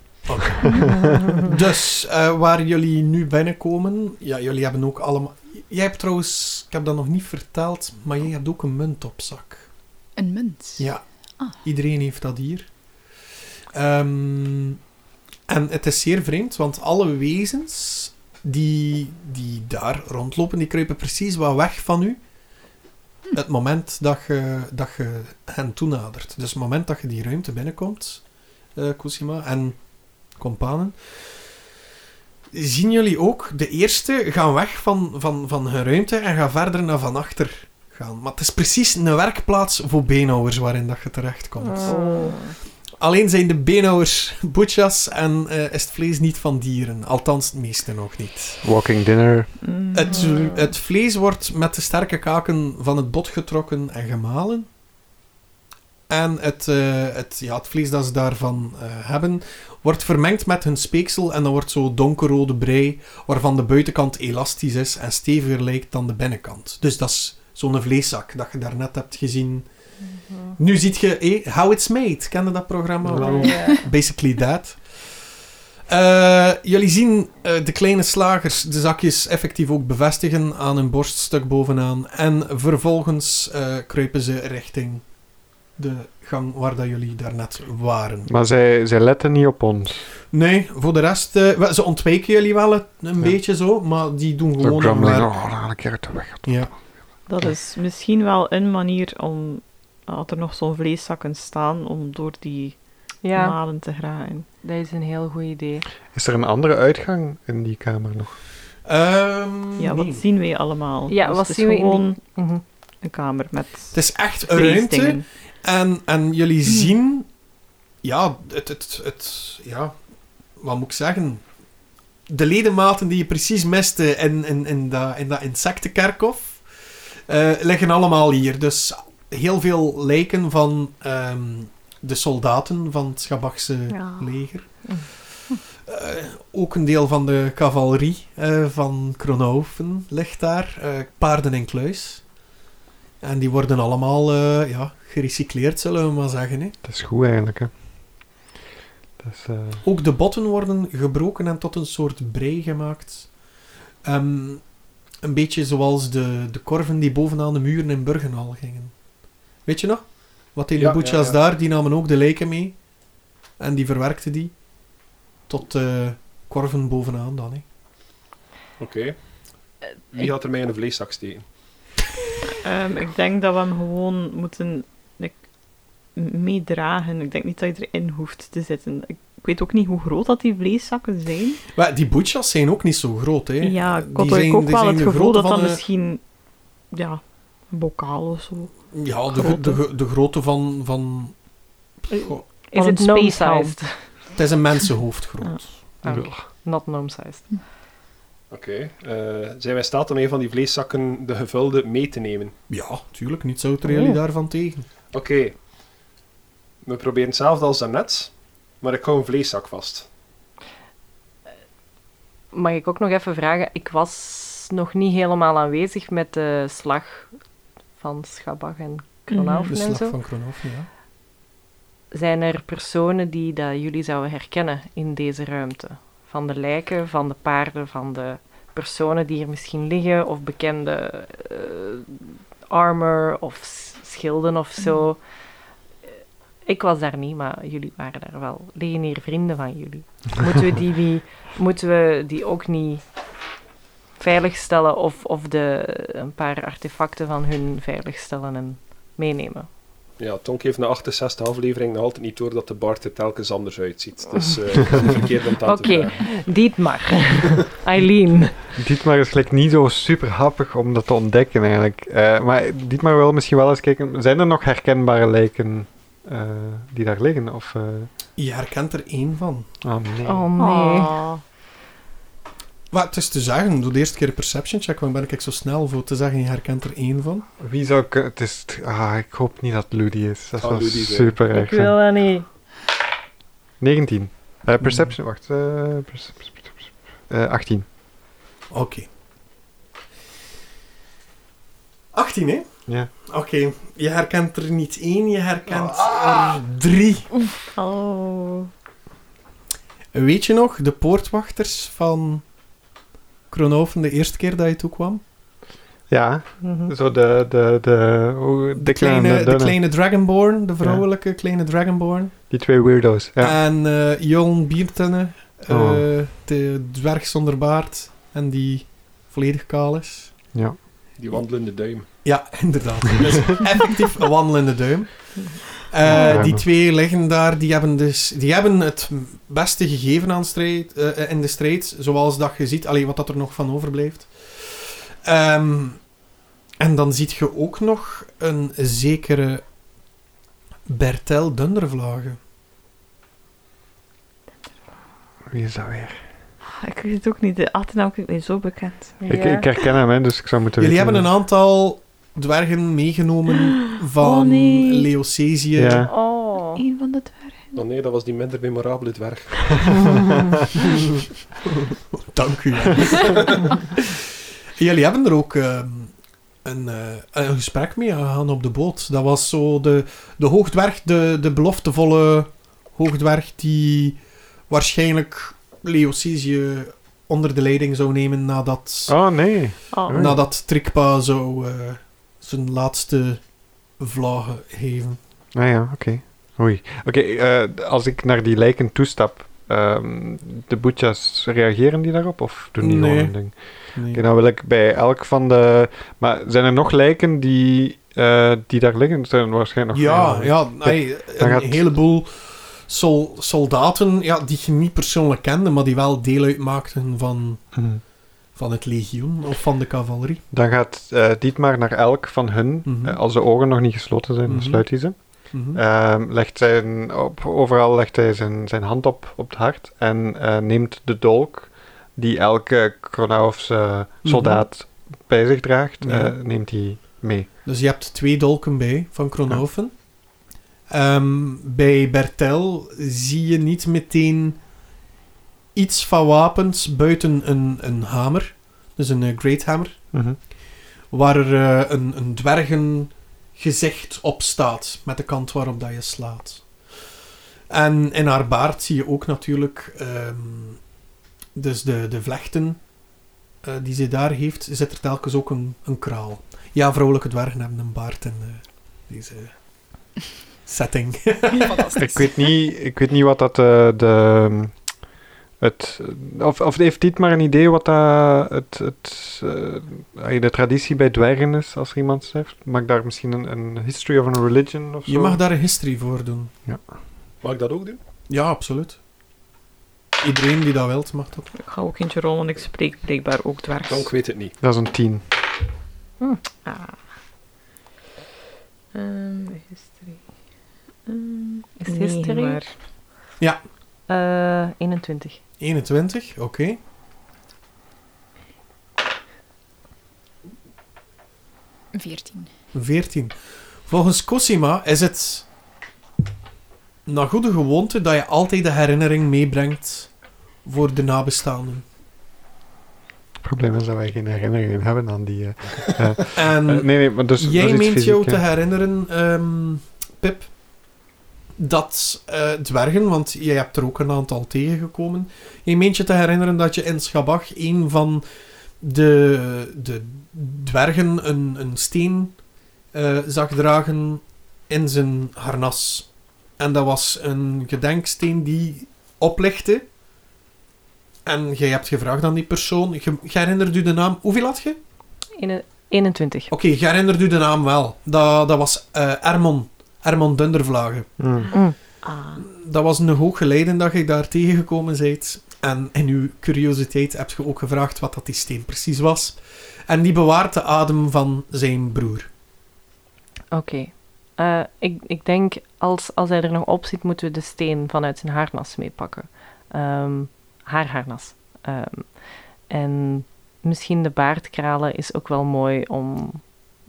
[SPEAKER 2] Dus, eh, waar jullie nu binnenkomen... Ja, jullie hebben ook allemaal... Jij hebt trouwens... Ik heb dat nog niet verteld, maar jij hebt ook een munt op zak.
[SPEAKER 6] Een munt.
[SPEAKER 2] Ja.
[SPEAKER 6] Ah.
[SPEAKER 2] Iedereen heeft dat hier. Ehm, en het is zeer vreemd, want alle wezens die, die daar rondlopen, die kruipen precies wat weg van u. Het moment dat je, dat je hen toenadert. Dus het moment dat je die ruimte binnenkomt, eh Kusima en companen, zien jullie ook, de eerste gaan weg van, van, van hun ruimte en gaan verder naar van achter gaan. Maar het is precies een werkplaats voor beenhouwers waarin dat je terechtkomt.
[SPEAKER 3] Ah.
[SPEAKER 7] Oh.
[SPEAKER 2] Alleen zijn de beenhouwers butchas en eh, is het vlees niet van dieren. Althans, het meeste nog niet.
[SPEAKER 4] Walking dinner.
[SPEAKER 7] Mm.
[SPEAKER 2] Het, het vlees wordt met de sterke kaken van het bot getrokken en gemalen. En het, eh, het, ja, het vlees dat ze daarvan eh, hebben, wordt vermengd met hun speeksel en dan wordt zo donkerrode brei, waarvan de buitenkant elastisch is en steviger lijkt dan de binnenkant. Dus dat is zo'n vleeszak dat je daarnet hebt gezien. Nu ziet je eh, How It's Made. Ken je dat programma?
[SPEAKER 3] Ja.
[SPEAKER 2] Basically that. Eh, jullie zien eh, de kleine slagers de zakjes effectief ook bevestigen aan hun borststuk bovenaan. En vervolgens eh, kruipen ze richting de gang waar dat jullie daarnet waren.
[SPEAKER 4] Maar zij, zij letten niet op ons.
[SPEAKER 2] Nee, voor de rest, eh, wel, ze ontwijken jullie wel een, een beetje zo, maar die doen
[SPEAKER 4] Zo
[SPEAKER 2] gewoon hun
[SPEAKER 4] grumbling.
[SPEAKER 2] werk.
[SPEAKER 4] Oh, laat een keer uit de weg.
[SPEAKER 2] Ja.
[SPEAKER 7] Dat is misschien wel een manier om, had er nog zo'n vleeszakken staan, om door die
[SPEAKER 3] ja,
[SPEAKER 7] malen te geraken.
[SPEAKER 3] dat is een heel goed idee.
[SPEAKER 4] Is er een andere uitgang in die kamer nog?
[SPEAKER 2] Ehm,
[SPEAKER 7] Ja, wat
[SPEAKER 2] nee.
[SPEAKER 7] zien wij allemaal?
[SPEAKER 3] Mm. Ja,
[SPEAKER 7] Dus
[SPEAKER 3] wat
[SPEAKER 7] het
[SPEAKER 3] zien
[SPEAKER 7] is
[SPEAKER 3] we in die-
[SPEAKER 7] gewoon
[SPEAKER 3] Mhm.
[SPEAKER 7] een kamer met
[SPEAKER 2] Het is echt een ruimte
[SPEAKER 7] vleesdingen.
[SPEAKER 2] En, en jullie zien, ja, het, het, het, ja, wat moet ik zeggen? De ledematen die je precies miste in, in, in, dat, in dat insectenkerkhof, eh, liggen allemaal hier. Dus heel veel lijken van ehm, de soldaten van het Schabachse
[SPEAKER 7] Ja.
[SPEAKER 2] leger. Eh, ook een deel van de cavalerie eh, van Kronoven ligt daar. eh, paarden in kluis. En die worden allemaal eh, ja, gerecycleerd, zullen we maar zeggen. Hè.
[SPEAKER 4] Dat is goed eigenlijk, hè. Dat is... eh,
[SPEAKER 2] Ook de botten worden gebroken en tot een soort brei gemaakt. Ehm, een beetje zoals de, de korven die bovenaan de muren in Burgenhal gingen. Weet je nog? Wat die
[SPEAKER 5] Ja, ja,
[SPEAKER 2] Lubuchas
[SPEAKER 5] ja.
[SPEAKER 2] daar, die namen ook de lijken mee. En die verwerkten die. Tot eh, korven bovenaan dan. Hè.
[SPEAKER 5] Oké. Wie had er mij in een vleeszak steken?
[SPEAKER 7] Ehm, ik denk dat we hem gewoon moeten like, meedragen. Ik denk niet dat je erin hoeft te zitten. Ik Ik weet ook niet hoe groot dat die vleeszakken zijn.
[SPEAKER 2] Maar die boetjas zijn ook niet zo groot, hè?
[SPEAKER 7] Ja, ik
[SPEAKER 2] Die
[SPEAKER 7] had
[SPEAKER 2] zijn-
[SPEAKER 7] ook
[SPEAKER 2] die
[SPEAKER 7] wel
[SPEAKER 2] zijn
[SPEAKER 7] het
[SPEAKER 2] de
[SPEAKER 7] gevoel
[SPEAKER 2] grootte
[SPEAKER 7] dat dat
[SPEAKER 2] van, eh,
[SPEAKER 7] misschien... Ja, een bokaal of zo.
[SPEAKER 2] Ja, de, gro- de, gro- de grootte van... van Goh,
[SPEAKER 7] Van
[SPEAKER 3] Is
[SPEAKER 7] een
[SPEAKER 3] het
[SPEAKER 7] space helm.
[SPEAKER 3] gnome-sized?
[SPEAKER 2] het is een mensenhoofd groot.
[SPEAKER 3] Ah, oké. Not gnome-sized.
[SPEAKER 5] Oké. eh, zijn wij in staat om een van die vleeszakken, de gevulde, mee te nemen?
[SPEAKER 2] Ja, tuurlijk. Niets houdt er jullie
[SPEAKER 7] Oh.
[SPEAKER 2] daarvan tegen.
[SPEAKER 5] Oké. We proberen hetzelfde als daarnet, maar ik hou een vleeszak vast.
[SPEAKER 3] Mag ik ook nog even vragen? Ik was nog niet helemaal aanwezig met de slag van Schabach en
[SPEAKER 2] Mhm. De
[SPEAKER 3] Kronaufen en
[SPEAKER 2] slag
[SPEAKER 3] zo.
[SPEAKER 2] van Kronoffen, ja.
[SPEAKER 3] Zijn er personen die dat jullie zouden herkennen in deze ruimte? Van de lijken, van de paarden, van de personen die hier misschien liggen, of bekende eh, armor of s- schilden of zo. Ik was daar niet, maar jullie waren daar wel. Liggen hier vrienden van jullie? Moeten we die, niet- moeten we die ook niet veiligstellen of, of de, een paar artefacten van hun veiligstellen en meenemen?
[SPEAKER 5] Ja, Tonk heeft na 68 aflevering nog altijd niet door dat de baard er telkens anders uitziet. Dus eh verkeerd om het aan te
[SPEAKER 3] Oké.
[SPEAKER 5] vragen.
[SPEAKER 3] Dietmar, Eileen.
[SPEAKER 4] Dietmar is gelijk niet zo super happig om dat te ontdekken eigenlijk. Eh, maar Dietmar wil misschien wel eens kijken, zijn er nog herkenbare lijken eh, die daar liggen? Of, eh,
[SPEAKER 2] Je herkent er één van.
[SPEAKER 4] oh nee.
[SPEAKER 3] Oh nee.
[SPEAKER 7] Ah.
[SPEAKER 2] Maar het is te zeggen, doe de eerste keer een perception check, want ben ik zo snel voor te zeggen, je herkent er één van.
[SPEAKER 4] Wie zou ik... Het is, ah, ik hoop niet dat het Ludi is. Dat
[SPEAKER 5] Zou
[SPEAKER 4] zou
[SPEAKER 5] Ludi zijn.
[SPEAKER 4] super erg
[SPEAKER 3] Ik
[SPEAKER 4] zijn.
[SPEAKER 3] wil dat niet.
[SPEAKER 4] 19. Eh,
[SPEAKER 5] Hmm.
[SPEAKER 4] perception, wacht. eh, perce- perce- perce- eh, 18.
[SPEAKER 2] Oké. 18, hè?
[SPEAKER 4] Ja.
[SPEAKER 2] Oké, je herkent er niet één, je herkent er drie.
[SPEAKER 7] Oh.
[SPEAKER 2] Weet je nog, de poortwachters van Kronoven, de eerste keer dat je toekwam?
[SPEAKER 4] Ja,
[SPEAKER 3] Mhm.
[SPEAKER 4] zo de... De, de, hoe-
[SPEAKER 2] De
[SPEAKER 4] dikke en
[SPEAKER 2] kleine, de
[SPEAKER 4] dunne.
[SPEAKER 2] kleine Dragonborn, de vrouwelijke kleine Dragonborn.
[SPEAKER 4] Die twee weirdo's. Ja.
[SPEAKER 2] En eh Jon Biertenne, eh,
[SPEAKER 4] Oh.
[SPEAKER 2] de dwerg zonder baard en die volledig kaal is.
[SPEAKER 4] ja.
[SPEAKER 5] Die wandelende duim.
[SPEAKER 2] Ja, inderdaad. Dat is effectief een wandelende duim. Eh,
[SPEAKER 4] Ja.
[SPEAKER 2] die twee liggen daar, die hebben, dus, die hebben het beste gegeven aan strijd, eh, eh, in de strijd, zoals dat je ziet, alleen wat dat er nog van overblijft. Ehm, en dan ziet je ook nog een zekere Bertel Dundervlagen.
[SPEAKER 4] Wie is dat weer?
[SPEAKER 7] Ik weet het ook niet. De achternaam klinkt mij zo bekend.
[SPEAKER 4] Ik,
[SPEAKER 3] Ja.
[SPEAKER 4] ik herken hem, hè, dus ik zou moeten
[SPEAKER 2] Jullie hebben
[SPEAKER 4] weten.
[SPEAKER 2] een aantal dwergen meegenomen van
[SPEAKER 7] Oh, nee.
[SPEAKER 2] Leocesië.
[SPEAKER 4] Ja.
[SPEAKER 3] Oh.
[SPEAKER 7] Eén van de dwergen.
[SPEAKER 5] Oh nee, dat was die minder memorabele dwerg.
[SPEAKER 2] Dank u. Jullie hebben er ook ehm, een, eh, een gesprek mee gegaan op de boot. Dat was zo de, de hoogdwerg, de, de beloftevolle hoogdwerg die waarschijnlijk Leocesië onder de leiding zou nemen nadat,
[SPEAKER 4] Oh nee.
[SPEAKER 7] Oh.
[SPEAKER 4] Oei.
[SPEAKER 2] nadat Trikpa zou eh, zijn laatste vlagen geven.
[SPEAKER 4] Ah ja, oké. Oei. Oké, eh, als ik naar die lijken toestap, ehm, de boetjas, reageren die daarop? Of doen die
[SPEAKER 2] Nee.
[SPEAKER 4] gewoon een ding?
[SPEAKER 2] Nee.
[SPEAKER 4] Oké, dan wil ik bij elk van de... Maar zijn er nog lijken die, eh, die daar liggen? Er zijn waarschijnlijk nog
[SPEAKER 2] Ja,
[SPEAKER 4] veel.
[SPEAKER 2] ja, nee, een
[SPEAKER 4] gaat-
[SPEAKER 2] heleboel sol- soldaten ja, die je niet persoonlijk kende, maar die wel deel uitmaakten van,
[SPEAKER 4] Hm.
[SPEAKER 2] van het legioen of van de cavalerie.
[SPEAKER 4] Dan gaat eh Dietmar naar elk van hun.
[SPEAKER 2] Mhm.
[SPEAKER 4] Eh, als de ogen nog niet gesloten zijn, dan
[SPEAKER 2] Mhm.
[SPEAKER 4] sluit hij ze.
[SPEAKER 2] Mhm.
[SPEAKER 4] Ehm, legt zijn op, overal legt hij zijn, zijn hand op, op het hart en eh, neemt de dolk die elke Kronaufse soldaat bij zich draagt,
[SPEAKER 2] Ja.
[SPEAKER 4] eh, neemt hij mee.
[SPEAKER 2] Dus je hebt twee dolken bij van Kronoven. Ehm, bij Bertel zie je niet meteen iets van wapens buiten een, een hamer. Dus een eh, great hammer. Waar er eh, een, een dwergengezicht op staat, met de kant waarop dat je slaat. En in haar baard zie je ook natuurlijk, ehm, dus de, de vlechten eh, die ze daar heeft, zit er telkens ook een, een kraal. Ja, vrouwelijke dwergen hebben een baard in eh, deze setting.
[SPEAKER 4] Ik, weet niet, ik weet niet wat dat eh, de... Het, of, of heeft Dietmar een idee wat dat, het, het, eh, de traditie bij dwergen is als er iemand sterft? Maak daar misschien een, een history of een religion of zo?
[SPEAKER 2] je mag daar een history voor doen.
[SPEAKER 5] Mag ik dat ook doen?
[SPEAKER 2] Ja, absoluut. Iedereen die dat wilt, mag dat.
[SPEAKER 7] Ik ga ook eentje rollen, want ik spreek blijkbaar ook dwergs.
[SPEAKER 5] Dank weet het niet.
[SPEAKER 4] Dat is een 10.
[SPEAKER 7] Ah. Ehm, history. Ehm,
[SPEAKER 3] Is
[SPEAKER 7] nee,
[SPEAKER 3] history?
[SPEAKER 7] maar-
[SPEAKER 3] Eh, 21.
[SPEAKER 2] 21, oké.
[SPEAKER 6] Veertien.
[SPEAKER 2] 14. Volgens Cosima is het naar goede gewoonte dat je altijd de herinnering meebrengt voor de nabestaanden.
[SPEAKER 4] Het probleem is dat wij geen herinneringen hebben aan die... eh,
[SPEAKER 2] En
[SPEAKER 4] eh, nee, nee, maar dus... dat is
[SPEAKER 2] Mm. jij
[SPEAKER 4] iets
[SPEAKER 2] meent jou
[SPEAKER 4] fysiek,
[SPEAKER 2] te
[SPEAKER 4] hè.
[SPEAKER 2] herinneren, ehm, Pip, dat eh, dwergen, want jij hebt er ook een aantal tegengekomen, jij meent je te herinneren dat je in Schabach een van de, de dwergen een, een steen eh, zag dragen in zijn harnas. En dat was een gedenksteen die oplichtte. En jij hebt gevraagd aan die persoon, je, je herinnert u de naam, hoeveel had je?
[SPEAKER 3] Ene- 21.
[SPEAKER 2] Oké, je herinnert u de naam wel. Dat, dat was eh Ermon. Ermon Dundervlagen.
[SPEAKER 4] Hmm.
[SPEAKER 3] Mm.
[SPEAKER 7] Ah,
[SPEAKER 2] Dat was een hoog geleden dat je daar tegengekomen bent. En in uw curiositeit heb je ook gevraagd wat dat die steen precies was. En die bewaart de adem van zijn broer.
[SPEAKER 3] Oké. Eh, ik, ik denk, als, als hij er nog op zit, moeten we de steen vanuit zijn harnas meepakken. Ehm, haar harnas. Ehm, en misschien de baardkralen is ook wel mooi om,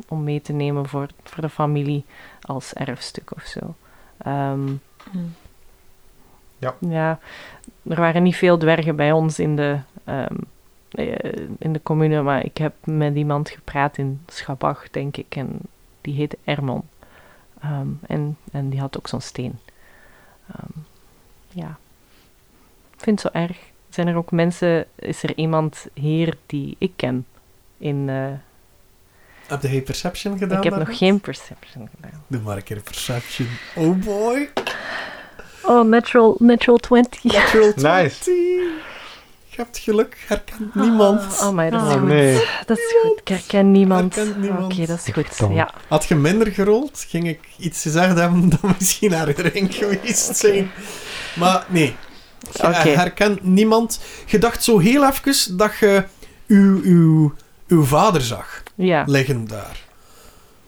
[SPEAKER 3] om mee te nemen voor, voor de familie als erfstuk of zo. Ehm,
[SPEAKER 7] mm.
[SPEAKER 3] ja, er waren niet veel dwergen bij ons in de, ehm, eh, in de commune, maar ik heb met iemand gepraat in Schabach, denk ik, en die heette Ermon. Ehm, en, en die had ook zo'n steen. Ehm, ja. Ik vind het zo erg. Zijn er ook mensen, is er iemand hier die ik ken? In, eh,
[SPEAKER 2] Heb jij perception gedaan?
[SPEAKER 3] ik heb nog
[SPEAKER 2] daarnet?
[SPEAKER 3] geen perception gedaan.
[SPEAKER 2] Doe maar een keer perception. Oh boy.
[SPEAKER 3] Oh, natural, natural 20.
[SPEAKER 2] Natural 20.
[SPEAKER 4] Nice.
[SPEAKER 2] Je hebt geluk. Herkent niemand.
[SPEAKER 3] Oh, oh
[SPEAKER 2] Ah,
[SPEAKER 3] my, dat is
[SPEAKER 4] Oh
[SPEAKER 3] goed.
[SPEAKER 4] nee,
[SPEAKER 3] Dat is goed. Ik herken niemand.
[SPEAKER 2] Herkent niemand.
[SPEAKER 3] Oké, dat is goed.
[SPEAKER 4] Verdomme.
[SPEAKER 3] Ja.
[SPEAKER 2] Had je minder gerold, ging ik iets gezegd hebben dan misschien haar drink geweest zijn. Maar nee, je
[SPEAKER 3] Oké.
[SPEAKER 2] herkent niemand. Je dacht zo heel even dat je uw, uw, uw vader zag
[SPEAKER 3] Ja.
[SPEAKER 2] liggen daar.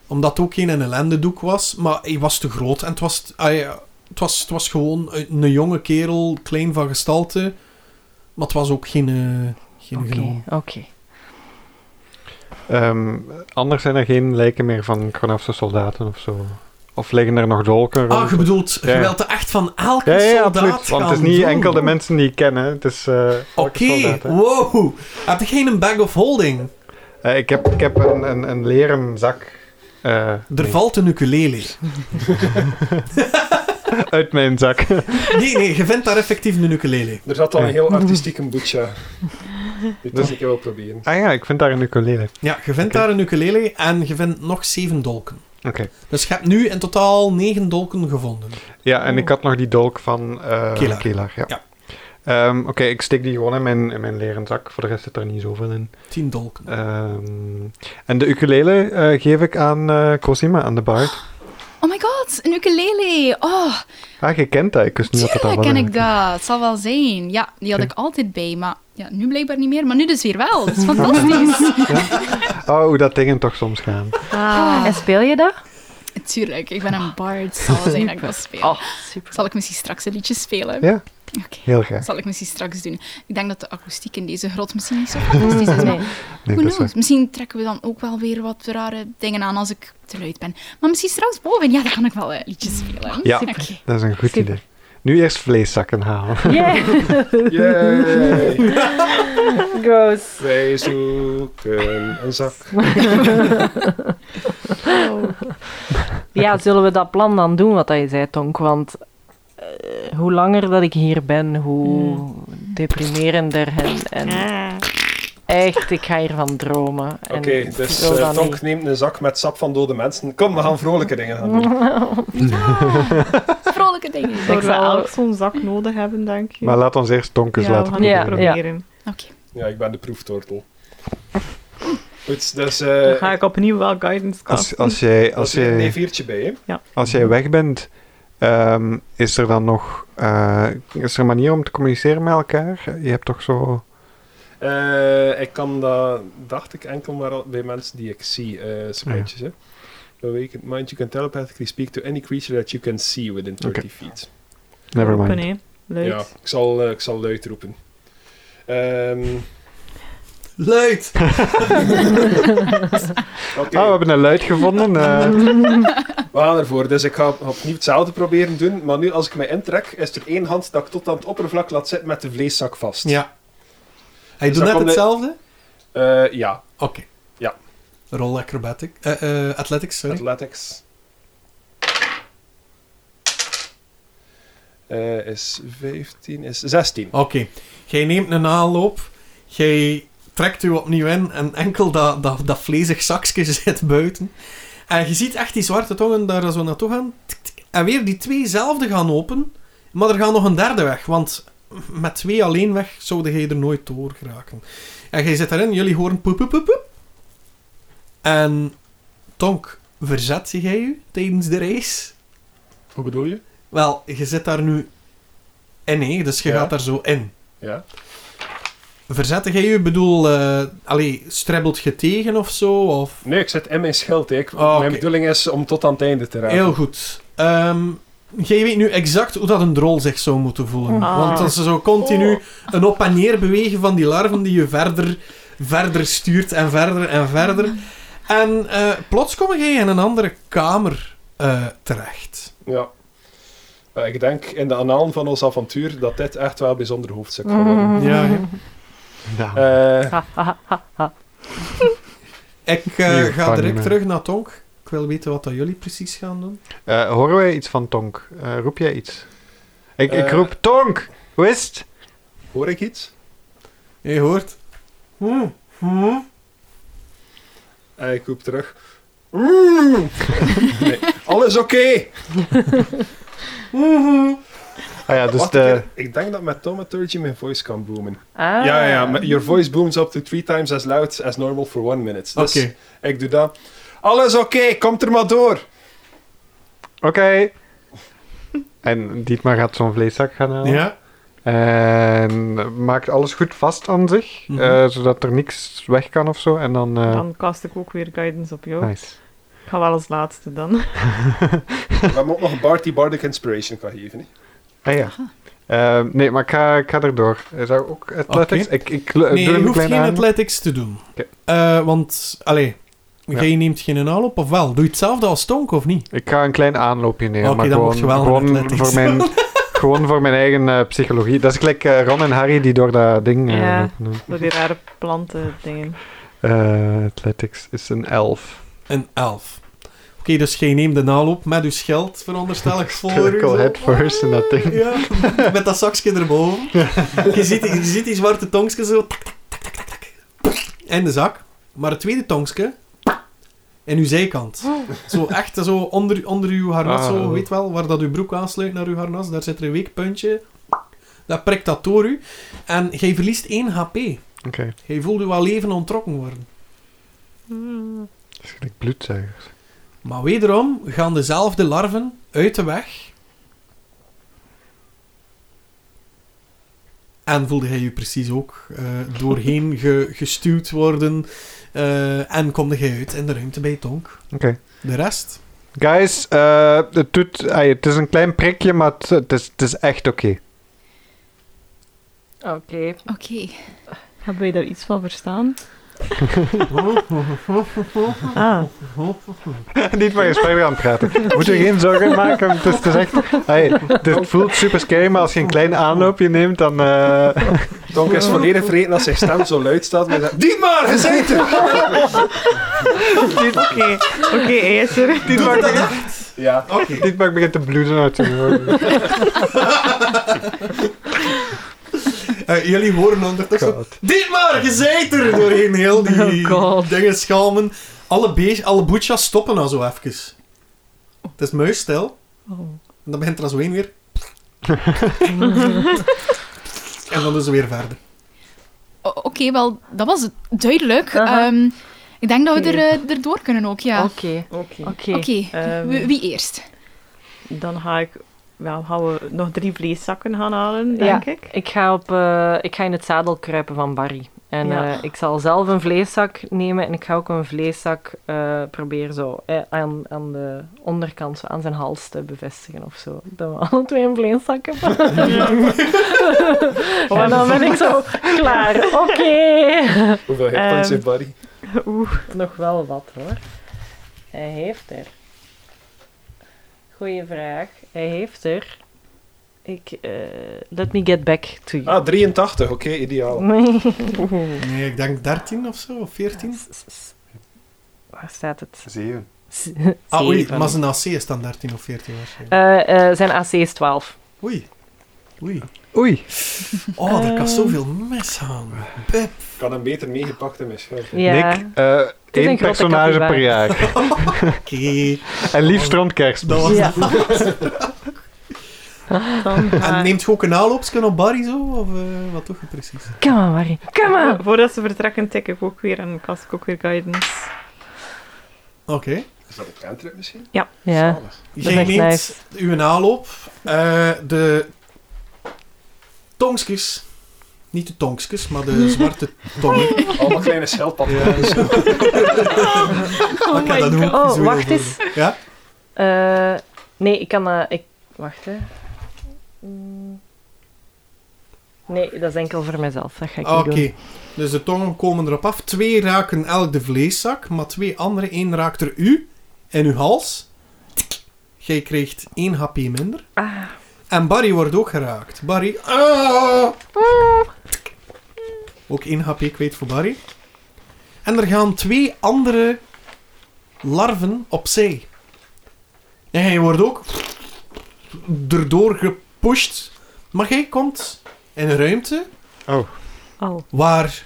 [SPEAKER 2] Omdat het ook geen een ellendedoek was, maar hij was te groot. En het was, hij, eh, het was, het was gewoon een een jonge kerel, klein van gestalte. Maar het was ook geen, eh, geen
[SPEAKER 3] Oké,
[SPEAKER 2] gnoom.
[SPEAKER 3] oké.
[SPEAKER 4] Ehm, anders zijn er geen lijken meer van Kronafse soldaten of zo. Of liggen er nog dolken
[SPEAKER 2] Ah, je bedoelt, je
[SPEAKER 4] Ja.
[SPEAKER 2] wilt er echt van elke
[SPEAKER 4] ja, ja, ja,
[SPEAKER 2] soldaat
[SPEAKER 4] absoluut. Want het is
[SPEAKER 2] gaan
[SPEAKER 4] niet
[SPEAKER 2] doen.
[SPEAKER 4] enkel de mensen die ik ken, hè. Het is eh elke
[SPEAKER 2] Oké,
[SPEAKER 4] soldaat, hè.
[SPEAKER 2] wow. Heb je geen bag of holding?
[SPEAKER 4] Eh, ik, heb, ik heb een, een, een leren zak. eh,
[SPEAKER 2] Er
[SPEAKER 4] nee,
[SPEAKER 2] valt een ukulele.
[SPEAKER 4] Uit mijn zak.
[SPEAKER 2] Nee, nee, je vindt daar effectief een ukulele.
[SPEAKER 5] Er zat al een heel artistiek een boetje. Dit
[SPEAKER 4] Dus-
[SPEAKER 5] is ik wel proberen.
[SPEAKER 4] ah ja, ik vind daar een ukulele.
[SPEAKER 2] Ja, je vindt daar een ukulele en je vindt nog zeven dolken.
[SPEAKER 4] Oké.
[SPEAKER 2] Dus je hebt nu in totaal negen dolken gevonden.
[SPEAKER 4] Ja, en ik had nog die dolk van eh
[SPEAKER 2] Kelaar.
[SPEAKER 4] Kelaar. ja.
[SPEAKER 2] Ja.
[SPEAKER 4] Ehm, Oké, ik steek die gewoon in mijn, in mijn leren zak. Voor de rest zit er niet zoveel in.
[SPEAKER 2] Tien dolken.
[SPEAKER 4] Ehm, en de ukulele eh, geef ik aan eh Cosima, aan de baard.
[SPEAKER 6] Oh my god, een ukulele. Oh,
[SPEAKER 4] Ah, je kent dat. Ik wist niet dat dat
[SPEAKER 6] tuurlijk
[SPEAKER 4] was.
[SPEAKER 6] ken ik
[SPEAKER 4] eigenlijk.
[SPEAKER 6] dat. Het zal wel zijn. Ja, die had
[SPEAKER 4] Oké.
[SPEAKER 6] ik altijd bij, maar ja, nu blijkbaar niet meer. Maar nu dus weer wel. Dat is fantastisch.
[SPEAKER 4] Oh, hoe dat dingen toch soms gaan.
[SPEAKER 3] Ah, En speel je dat?
[SPEAKER 6] Tuurlijk, ik ben een bard. Het zal wel zijn dat ik dat speel.
[SPEAKER 3] Oh, super.
[SPEAKER 6] Zal ik misschien straks een liedje spelen?
[SPEAKER 4] Ja,
[SPEAKER 6] Oké.
[SPEAKER 4] heel graag.
[SPEAKER 6] Zal ik misschien straks doen. Ik denk dat de akoestiek in deze grot misschien niet zo fantastisch is.
[SPEAKER 3] Nee.
[SPEAKER 6] Maar
[SPEAKER 4] Nee, dat
[SPEAKER 6] who
[SPEAKER 4] is waar.
[SPEAKER 6] knows? Misschien trekken we dan ook wel weer wat rare dingen aan als ik te luid ben. Maar misschien straks boven. Ja, dan kan ik wel eh, liedjes spelen.
[SPEAKER 4] Ja.
[SPEAKER 6] Oké.
[SPEAKER 4] Dat is een goed
[SPEAKER 3] Super.
[SPEAKER 4] idee. Nu eerst vleeszakken halen.
[SPEAKER 3] Yeah.
[SPEAKER 5] Yay!
[SPEAKER 3] Gross.
[SPEAKER 5] Wij zoeken een zak.
[SPEAKER 7] Oh.
[SPEAKER 3] Ja, zullen we dat plan dan doen wat dat je zei, Tonk? Want eh, hoe langer dat ik hier ben, hoe deprimerender en, en
[SPEAKER 7] Ah.
[SPEAKER 3] echt, ik ga hiervan dromen. En
[SPEAKER 5] Oké,
[SPEAKER 3] ik
[SPEAKER 5] dus
[SPEAKER 3] wil
[SPEAKER 5] eh,
[SPEAKER 3] dat
[SPEAKER 5] Tonk
[SPEAKER 3] niet.
[SPEAKER 5] neemt een zak met sap van dode mensen. Kom, we gaan vrolijke dingen gaan doen.
[SPEAKER 6] Vrolijke dingen.
[SPEAKER 7] Zouden we
[SPEAKER 3] zou-
[SPEAKER 7] elk zo'n zak nodig hebben, denk je?
[SPEAKER 4] Maar laat ons eerst donkers
[SPEAKER 7] ja, we
[SPEAKER 4] laten
[SPEAKER 7] gaan het
[SPEAKER 3] Ja,
[SPEAKER 4] proberen.
[SPEAKER 7] proberen.
[SPEAKER 6] Oké.
[SPEAKER 5] Ja, ik ben de proeftortel. Goed, dus... eh,
[SPEAKER 7] Dan ga ik opnieuw wel guidance
[SPEAKER 4] Als,
[SPEAKER 7] casten.
[SPEAKER 4] als jij,
[SPEAKER 5] dat
[SPEAKER 4] als
[SPEAKER 5] is er een
[SPEAKER 4] jij,
[SPEAKER 5] D4'tje bij, hè?
[SPEAKER 4] als jij weg bent, Ehm, is er dan nog... eh, is er een manier om te communiceren met elkaar? Je hebt toch zo...
[SPEAKER 5] Eh, ik kan dat, dacht ik, enkel maar al- bij mensen die ik zie. eh smijtjes,
[SPEAKER 4] Ah,
[SPEAKER 5] hè. Awakened mind, you can telepathically speak to any creature that you can see within 30
[SPEAKER 4] Oké.
[SPEAKER 5] feet.
[SPEAKER 4] Never mind.
[SPEAKER 7] Open, hè. Luid.
[SPEAKER 5] Ja, ik zal, eh, ik zal luid roepen. Ehm,
[SPEAKER 2] Luid!
[SPEAKER 5] Oké,
[SPEAKER 4] Ah, we hebben een luid gevonden. eh.
[SPEAKER 5] we gaan ervoor. Dus ik ga op- opnieuw hetzelfde proberen doen. Maar nu, als ik mij intrek, is er één hand dat ik tot aan het oppervlak laat zitten met de vleeszak vast.
[SPEAKER 2] Ja. Hij
[SPEAKER 5] Dus
[SPEAKER 2] doet net
[SPEAKER 5] dan komt de-
[SPEAKER 2] hetzelfde?
[SPEAKER 5] Eh, ja,
[SPEAKER 2] Oké.
[SPEAKER 5] Ja.
[SPEAKER 2] Roll acrobatic. eh, eh, athletics, sorry.
[SPEAKER 5] athletics. Eh, is 15, is 16.
[SPEAKER 2] Oké. Jij neemt een aanloop. Jij trekt u opnieuw in. En enkel dat, dat, dat vlezig zakje zit buiten. En je ziet echt die zwarte tongen daar zo naartoe gaan. Tik, tik. En weer die tweezelfde gaan open. Maar er gaat nog een derde weg. Want met twee alleen weg zouden jij er nooit door geraken. En jij zit erin. Jullie horen poep, poep, poep, poep. En Tonk, verzet jij je tijdens de race?
[SPEAKER 5] Hoe bedoel je?
[SPEAKER 2] Wel, je zit daar nu in, hè? dus je
[SPEAKER 5] Ja.
[SPEAKER 2] gaat daar zo in.
[SPEAKER 5] Ja.
[SPEAKER 2] Verzette jij je? Ik bedoel, eh allee, stribbelt je tegen of zo? Of...
[SPEAKER 5] Nee, ik zit in mijn schild. hè. Ik,
[SPEAKER 2] Ah, oké.
[SPEAKER 5] Mijn bedoeling is om tot aan het einde te raken.
[SPEAKER 2] Heel goed. Ehm, jij weet nu exact hoe dat een drol zich zou moeten voelen.
[SPEAKER 7] Ah.
[SPEAKER 2] Want als ze zo continu een op en neer bewegen van die larven die je verder, verder stuurt en verder en verder. En eh, plots kom jij in een andere kamer eh, terecht.
[SPEAKER 5] Ja. Eh, ik denk in de analen van ons avontuur dat dit echt wel bijzonder hoofdstuk gaat worden.
[SPEAKER 2] Ja, hè.
[SPEAKER 4] Ja.
[SPEAKER 5] Eh,
[SPEAKER 2] Ik eh,
[SPEAKER 4] Hier,
[SPEAKER 2] ga
[SPEAKER 4] kan
[SPEAKER 2] direct
[SPEAKER 4] niet meer.
[SPEAKER 2] terug naar Tonk. Ik wil weten wat dat jullie precies gaan doen.
[SPEAKER 4] Eh, horen wij iets van Tonk? Eh, roep jij iets? Ik, ik
[SPEAKER 5] Eh.
[SPEAKER 4] roep Tonk! Hoe is het?
[SPEAKER 5] hoor ik iets?
[SPEAKER 2] Je hoort. Hmm, hmm.
[SPEAKER 5] Eh, ik roep terug. Mm. nee, alles oké!
[SPEAKER 4] Ah ja, dus
[SPEAKER 5] Wacht
[SPEAKER 4] de...
[SPEAKER 5] een keer, Ik denk dat met Tomaturgy mijn voice kan boomen.
[SPEAKER 3] Ah.
[SPEAKER 5] Ja, ja, met- your voice booms up to three times as loud as normal for one minute. Dus
[SPEAKER 2] Oké.
[SPEAKER 5] ik doe dat. Alles oké, kom er maar door!
[SPEAKER 4] Oké. en Dietmar gaat zo'n vleeszak gaan halen.
[SPEAKER 2] Ja.
[SPEAKER 4] En maakt alles goed vast aan zich.
[SPEAKER 2] Mhm.
[SPEAKER 4] eh, zodat er niks weg kan of zo. En dan... eh,
[SPEAKER 7] Dan cast ik ook weer guidance op jou.
[SPEAKER 4] nice.
[SPEAKER 7] Ik ga wel als laatste dan.
[SPEAKER 5] We hebben ook nog Bart die Bardic Inspiration kan geven. hè.
[SPEAKER 4] Ah ja. Eh, nee, maar ik ga, ik ga erdoor. Is dat ook athletics? Ik, ik eh,
[SPEAKER 2] Nee,
[SPEAKER 4] doe
[SPEAKER 2] je
[SPEAKER 4] een
[SPEAKER 2] hoeft geen
[SPEAKER 4] kleine aan.
[SPEAKER 2] athletics te doen.
[SPEAKER 4] Oké.
[SPEAKER 2] Eh, want, allee,
[SPEAKER 4] Ja.
[SPEAKER 2] jij neemt geen naal op of wel? Doe je hetzelfde als Tonk of niet?
[SPEAKER 4] Ik ga een klein aanloopje nemen.
[SPEAKER 2] Oké,
[SPEAKER 4] maar
[SPEAKER 2] dan
[SPEAKER 4] gewoon,
[SPEAKER 2] moet je wel een
[SPEAKER 4] gewoon
[SPEAKER 2] athletics
[SPEAKER 4] voor mijn, gewoon voor mijn eigen eh, psychologie. Dat is gelijk eh, Ron en Harry die door dat ding eh,
[SPEAKER 7] Ja.
[SPEAKER 4] lopen, hè.
[SPEAKER 7] Door die rare planten dingen.
[SPEAKER 4] Eh, athletics is een 11.
[SPEAKER 2] Een elf. Oké, dus jij neemt de naal op met je schild, veronderstel ik voor u.
[SPEAKER 4] Critical
[SPEAKER 2] Oh, zo.
[SPEAKER 4] head first in dat ding.
[SPEAKER 2] Ja, met dat zakje erboven. Je ziet, die- je ziet die zwarte tongske zo. tak, tak, tak, tak, tak, tak. In de zak. Maar het tweede tongske. In uw zijkant. Zo echt zo onder, onder uw harnas.
[SPEAKER 4] Ah.
[SPEAKER 2] zo, weet wel, waar dat uw broek aansluit naar uw harnas. Daar zit er een weekpuntje. Dat prikt dat door u. En jij verliest 1 HP.
[SPEAKER 4] Oké,
[SPEAKER 2] Jij voelt je wel leven ontrokken worden.
[SPEAKER 4] dat is gelijk bloedzuigers.
[SPEAKER 2] Maar wederom gaan dezelfde larven uit de weg. En voelde hij je precies ook eh, doorheen ge- gestuwd worden. eh, en komde hij uit in de ruimte bij Tonk.
[SPEAKER 4] Oké.
[SPEAKER 2] De rest?
[SPEAKER 4] Guys, eh, het, doet, ai, het is een klein prikje, maar het, het is, het is echt oké.
[SPEAKER 3] Oké.
[SPEAKER 6] Oké.
[SPEAKER 7] Hebben wij daar iets van verstaan? ah,
[SPEAKER 4] Niet maar eens verder aan het praten. Moet je geen zorgen maken. Het, is, het, is echt, ai, het, is- het voelt super scary, maar als je een klein aanloopje neemt, dan... eh,
[SPEAKER 5] Tonk is volledig vergeten als zijn stem zo luid staat. Maar hij zegt, Diep maar, gezeten!
[SPEAKER 7] oké. Oké, eh, hij is er.
[SPEAKER 4] Dietmar, begint-
[SPEAKER 5] Ja.
[SPEAKER 4] Dietmar begint te bloeden uit zijn oren.
[SPEAKER 2] Eh, jullie horen ondertussen.
[SPEAKER 4] God.
[SPEAKER 2] Dit maar, gezijt er! Doorheen heel die
[SPEAKER 7] Oh God.
[SPEAKER 2] dingen schalmen. Alle, beest- alle boetjas stoppen nou zo even. Het is muisstil.
[SPEAKER 7] Oh.
[SPEAKER 2] En dan begint er als weer. en dan is het weer verder.
[SPEAKER 6] O- Oké, wel, dat was duidelijk.
[SPEAKER 7] Aha.
[SPEAKER 6] Ehm, ik denk dat we
[SPEAKER 7] Oké.
[SPEAKER 6] er, eh, erdoor kunnen ook, ja. Oké,
[SPEAKER 3] Oké.
[SPEAKER 7] Oké.
[SPEAKER 3] Oké.
[SPEAKER 7] Ehm,
[SPEAKER 6] wie, wie eerst?
[SPEAKER 7] Dan ga ik wel gaan we nog drie vleeszakken gaan halen, denk ik.
[SPEAKER 3] Ik ga, op, eh, ik ga in het zadel kruipen van Barry. En
[SPEAKER 7] Ja.
[SPEAKER 3] eh, ik zal zelf een vleeszak nemen en ik ga ook een vleeszak eh, proberen zo eh, aan, aan de onderkant, zo aan zijn hals te bevestigen of zo. Dat we alle twee een vleeszak hebben. en dan ben ik zo klaar. Oké.
[SPEAKER 5] Hoeveel hitpoints
[SPEAKER 7] Ehm,
[SPEAKER 5] heeft Barry?
[SPEAKER 7] Oeh,
[SPEAKER 3] Nog wel wat hoor. Hij heeft er. Goeie vraag. Hij heeft er. Ik, eh, let me get back to you.
[SPEAKER 5] Ah, 83. Oké, ideaal.
[SPEAKER 2] Nee, ik denk 13 of zo, of 14.
[SPEAKER 3] Waar staat het?
[SPEAKER 4] Zeven.
[SPEAKER 2] Ah, oei,
[SPEAKER 3] Zeven.
[SPEAKER 2] maar zijn AC is dan 13 of 14 waarschijnlijk.
[SPEAKER 3] Eh, eh, zijn AC is 12.
[SPEAKER 2] Oei. Oei.
[SPEAKER 4] Oei.
[SPEAKER 2] Oh, daar kan
[SPEAKER 7] Eh.
[SPEAKER 2] zoveel misgaan. Pip.
[SPEAKER 5] Ik had hem beter meegepakt in mijn schuil.
[SPEAKER 3] Ja.
[SPEAKER 4] Nick, eh,
[SPEAKER 3] een grote
[SPEAKER 4] één personage
[SPEAKER 3] capybara.
[SPEAKER 4] per jaar.
[SPEAKER 2] Oké.
[SPEAKER 4] en liefst rond kerst.
[SPEAKER 2] Dat was
[SPEAKER 3] Ja.
[SPEAKER 7] dan
[SPEAKER 2] En
[SPEAKER 7] ga-
[SPEAKER 2] neemt je ook een aanloopsken op Barry zo? Of eh, wat doe je precies?
[SPEAKER 3] Come on, Marie. Come on.
[SPEAKER 7] Vo- Eh, Voordat ze vertrekken, tik ik ook weer en kast ik ook weer guidance.
[SPEAKER 2] Oké.
[SPEAKER 5] Is dat op cantrip misschien?
[SPEAKER 3] Ja. is
[SPEAKER 2] Jij
[SPEAKER 3] echt
[SPEAKER 2] neemt
[SPEAKER 3] nice.
[SPEAKER 2] uw aanloop. Eh, de tongskis. Niet de tongskis, maar de zwarte
[SPEAKER 3] Oh
[SPEAKER 2] tongen.
[SPEAKER 5] Allemaal kleine schelpad.
[SPEAKER 2] Oh,
[SPEAKER 7] my
[SPEAKER 3] God. Oh, wacht eens.
[SPEAKER 2] Ja?
[SPEAKER 3] Eh, nee, ik kan... eh, ik, wacht, hè. Mm. Nee, dat is enkel voor mezelf. Dat ga ik
[SPEAKER 2] Oké.
[SPEAKER 3] niet doen.
[SPEAKER 2] Dus de tongen komen erop af. Twee raken elk de vleeszak, maar twee andere. één raakt er u en uw hals. Jij krijgt één HP minder.
[SPEAKER 3] Ah.
[SPEAKER 2] En Barry wordt ook geraakt. Barry. Ah! Ook 1 HP kwijt voor Barry. En er gaan twee andere larven opzij. En jij wordt ook erdoor gepusht. Maar jij komt in een ruimte
[SPEAKER 4] Oh,
[SPEAKER 7] Oh.
[SPEAKER 2] waar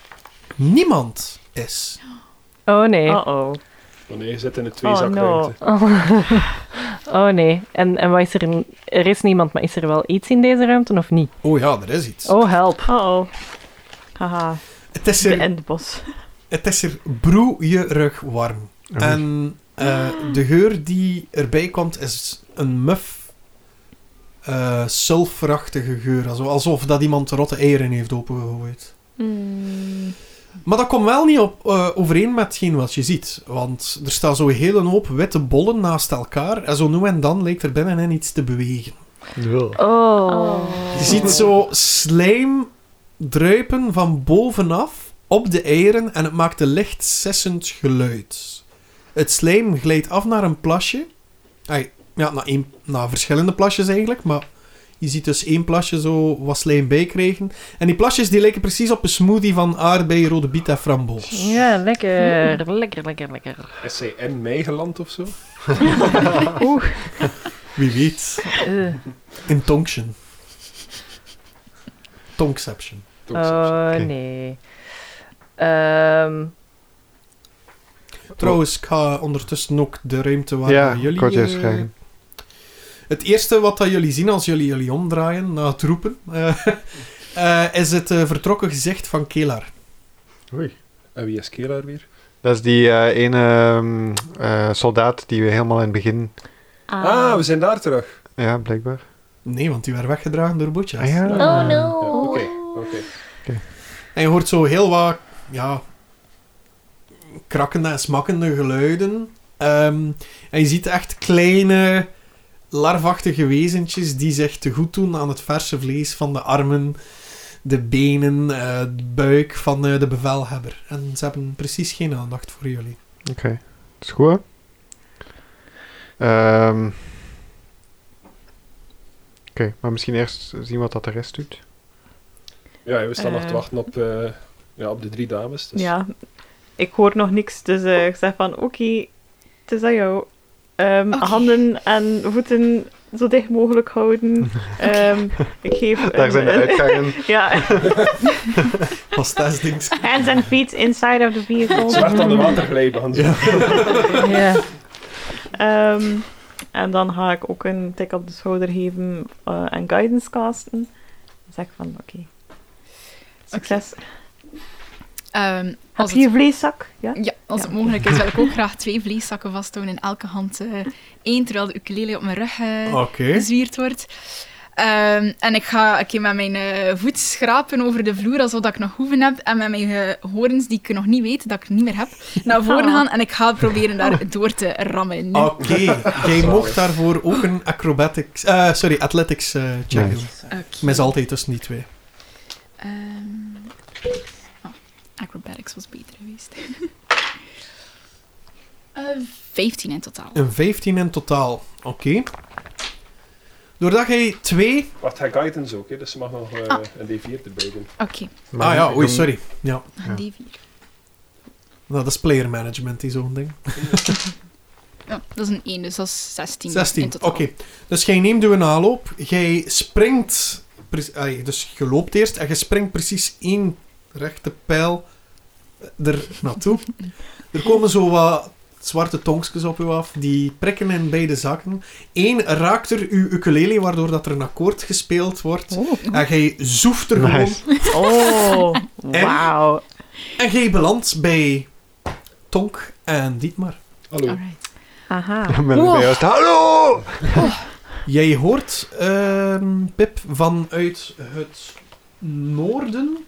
[SPEAKER 2] niemand is.
[SPEAKER 3] Oh, nee. Oh,
[SPEAKER 7] Uh-oh.
[SPEAKER 5] nee, je zit in een
[SPEAKER 7] Oh,
[SPEAKER 5] tweezakruimte.
[SPEAKER 7] no.
[SPEAKER 3] Oh. nee. En, en wat is er... in- Er is niemand, maar is er wel iets in deze ruimte of niet?
[SPEAKER 2] Oh ja, er is iets.
[SPEAKER 3] Oh, help.
[SPEAKER 7] Uh-oh. Haha,
[SPEAKER 2] Het is
[SPEAKER 7] de
[SPEAKER 2] er,
[SPEAKER 7] endbos.
[SPEAKER 2] het is er broeierig warm.
[SPEAKER 4] Oei.
[SPEAKER 2] En eh, de geur die erbij komt is een muf, eh sulfurachtige geur. Alsof, alsof dat iemand rotte eieren heeft opengegooid. Maar dat komt wel niet op, eh, overeen met hetgeen wat je ziet. Want er staan zo'n hele hoop witte bollen naast elkaar. En zo nu en dan lijkt er binnenin iets te bewegen.
[SPEAKER 3] Oh.
[SPEAKER 2] Je ziet zo slijm druipen van bovenaf op de eieren en het maakt een licht sessend geluid. Het slijm glijdt af naar een plasje. Ai, ja, naar, één, naar verschillende plasjes eigenlijk, maar je ziet dus één plasje zo wat slijm bijkrijgen. En die plasjes die lijken precies op een smoothie van aardbeien, rode biet en framboos.
[SPEAKER 3] Ja, lekker. Lekker, lekker, lekker.
[SPEAKER 5] Is hij in Meigeland of zo?
[SPEAKER 2] Wie weet.
[SPEAKER 3] Eh.
[SPEAKER 2] Intonction. Tongception.
[SPEAKER 5] Toch
[SPEAKER 7] Eh.
[SPEAKER 5] zo.
[SPEAKER 3] Oh,
[SPEAKER 4] Oké.
[SPEAKER 3] nee. Ehm,
[SPEAKER 2] Trouwens, ik ga ondertussen ook de ruimte waar
[SPEAKER 4] ja,
[SPEAKER 2] jullie...
[SPEAKER 4] ik wou het juist
[SPEAKER 2] eh,
[SPEAKER 4] zeggen.
[SPEAKER 2] Het eerste wat dat jullie zien als jullie jullie omdraaien na het roepen, eh, eh, is het eh, vertrokken gezicht van Kelar.
[SPEAKER 5] En wie is Kelaar weer?
[SPEAKER 4] Dat is die eh, ene ehm, eh, soldaat die we helemaal in het begin...
[SPEAKER 5] Ah, we zijn daar terug.
[SPEAKER 4] Ja, blijkbaar.
[SPEAKER 2] Nee, want die werd weggedragen door Butchas.
[SPEAKER 4] Ah, ja.
[SPEAKER 3] Oh,
[SPEAKER 5] Ja,
[SPEAKER 3] no.
[SPEAKER 5] Oké, oké.
[SPEAKER 2] En je hoort zo heel wat, ja, krakkende en smakkende geluiden. Ehm, en je ziet echt kleine, larvachtige wezentjes die zich te goed doen aan het verse vlees van de armen, de benen, eh de buik van eh, de bevelhebber. En ze hebben precies geen aandacht voor jullie.
[SPEAKER 4] Is goed, hè? Ehm. Oké, maar misschien eerst zien wat dat de rest doet.
[SPEAKER 5] Ja, we staan nog te
[SPEAKER 7] Eh.
[SPEAKER 5] wachten op, eh, ja, op de drie dames. Dus.
[SPEAKER 7] Ja, ik hoor nog niks, dus eh, ik zeg van oké, het is aan jou. Ehm,
[SPEAKER 6] Oké.
[SPEAKER 7] Handen en voeten zo dicht mogelijk houden. Ehm, ik geef
[SPEAKER 4] Daar
[SPEAKER 7] een-
[SPEAKER 4] zijn de
[SPEAKER 7] een-
[SPEAKER 4] uitgangen.
[SPEAKER 7] ja,
[SPEAKER 2] Als testdings.
[SPEAKER 7] hands and feet inside of the vehicle.
[SPEAKER 5] Zwart aan de waterglijbaan.
[SPEAKER 2] Ja.
[SPEAKER 3] Ja.
[SPEAKER 7] Ehm, en dan ga ik ook een tik op de schouder geven eh, en guidance casten. Dan zeg ik van oké, succes.
[SPEAKER 6] Ehm,
[SPEAKER 7] Heb
[SPEAKER 6] als
[SPEAKER 7] je
[SPEAKER 6] het,
[SPEAKER 7] een vleeszak? Ja?
[SPEAKER 6] ja, als
[SPEAKER 7] Ja,
[SPEAKER 6] het
[SPEAKER 7] oké.
[SPEAKER 6] mogelijk is, wil ik ook graag twee vleeszakken vasthouden in elke hand. eh één terwijl de ukulele op mijn rug eh,
[SPEAKER 2] Oké.
[SPEAKER 6] gezwierd wordt. Ehm, en ik ga een keer met mijn eh, voet schrapen over de vloer, alsof dat ik nog hoeven heb. En met mijn eh, horens, die ik nog niet weet, dat ik niet meer heb, naar
[SPEAKER 2] Ah.
[SPEAKER 6] voren gaan. En ik ga proberen daar door te rammen. nu.
[SPEAKER 2] Oké, jij mocht daarvoor ook een acrobatics, eh, sorry, athletics eh check doen.
[SPEAKER 6] Oké.
[SPEAKER 2] Maar is altijd tussen die twee.
[SPEAKER 6] Ehm, oh, acrobatics was beter geweest. Eh 15 in totaal.
[SPEAKER 2] Een 15 in totaal. Oké. Doordat jij twee...
[SPEAKER 5] Wacht, hij guidance ook, hè, dus ze mag nog eh,
[SPEAKER 6] Ah.
[SPEAKER 5] een D4 erbij doen.
[SPEAKER 6] Oké,
[SPEAKER 4] Maar
[SPEAKER 2] ah ja,
[SPEAKER 4] ik
[SPEAKER 2] oei,
[SPEAKER 4] doe-
[SPEAKER 2] sorry. Ja,
[SPEAKER 6] een D4.
[SPEAKER 2] dat is player management, die zo'n ding.
[SPEAKER 6] Ja, dat is een 1, dus dat is 16,
[SPEAKER 2] 16,
[SPEAKER 6] in
[SPEAKER 2] oké.
[SPEAKER 6] totaal.
[SPEAKER 2] Dus jij neemt uw aanloop, jij springt... pre- ai, dus je loopt eerst en je springt precies één rechte pijl er naartoe. er komen zo wat zwarte tongstjes op u af, die prikken in beide zakken. Eén raakt er uw ukulele, waardoor dat er een akkoord gespeeld wordt.
[SPEAKER 7] Oh,
[SPEAKER 2] En jij zoeft er gewoon
[SPEAKER 4] Nice.
[SPEAKER 7] oh
[SPEAKER 2] En?
[SPEAKER 7] wauw.
[SPEAKER 2] En jij belandt bij Tonk en Dietmar.
[SPEAKER 5] Hallo.
[SPEAKER 7] Ah.
[SPEAKER 6] Alright.
[SPEAKER 7] Aha.
[SPEAKER 4] Met een
[SPEAKER 6] Wow.
[SPEAKER 4] beeld. Hallo!
[SPEAKER 2] Jij hoort, ehm, Pip, vanuit het noorden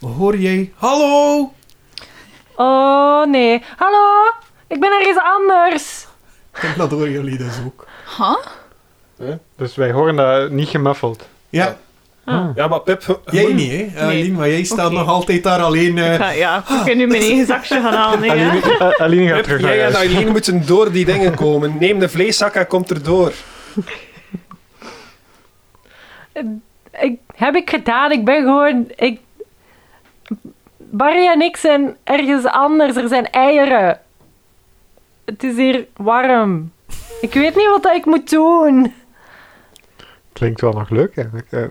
[SPEAKER 2] hoor jij... Hallo!
[SPEAKER 3] Oh nee. Hallo, ik ben ergens anders.
[SPEAKER 2] En dat horen jullie dus ook.
[SPEAKER 6] Huh?
[SPEAKER 4] Dus wij horen dat niet gemuffeld.
[SPEAKER 2] Ja,
[SPEAKER 7] Ah.
[SPEAKER 5] Ja, maar Pip, je-
[SPEAKER 2] jij
[SPEAKER 5] je-
[SPEAKER 2] niet, hè? Eh,
[SPEAKER 7] Nee.
[SPEAKER 2] Lien, maar jij staat
[SPEAKER 7] Oké.
[SPEAKER 2] nog altijd daar alleen... eh,
[SPEAKER 7] Ik ga- ja, ik kan nu mijn eigen zakje gaan halen. hè, ja.
[SPEAKER 4] Aline, A- Aline gaat
[SPEAKER 5] Pip,
[SPEAKER 4] terug
[SPEAKER 5] jij
[SPEAKER 4] naar
[SPEAKER 5] en
[SPEAKER 4] huis.
[SPEAKER 5] Aileen moeten door die dingen komen. Neem de vleeszak en komt erdoor.
[SPEAKER 3] Ik, heb ik gedaan. Ik ben gewoon. Ik... Barry en ik zijn ergens anders. Er zijn eieren. Het is hier warm. Ik weet niet wat dat ik moet doen.
[SPEAKER 4] Klinkt wel nog leuk eigenlijk. Eh,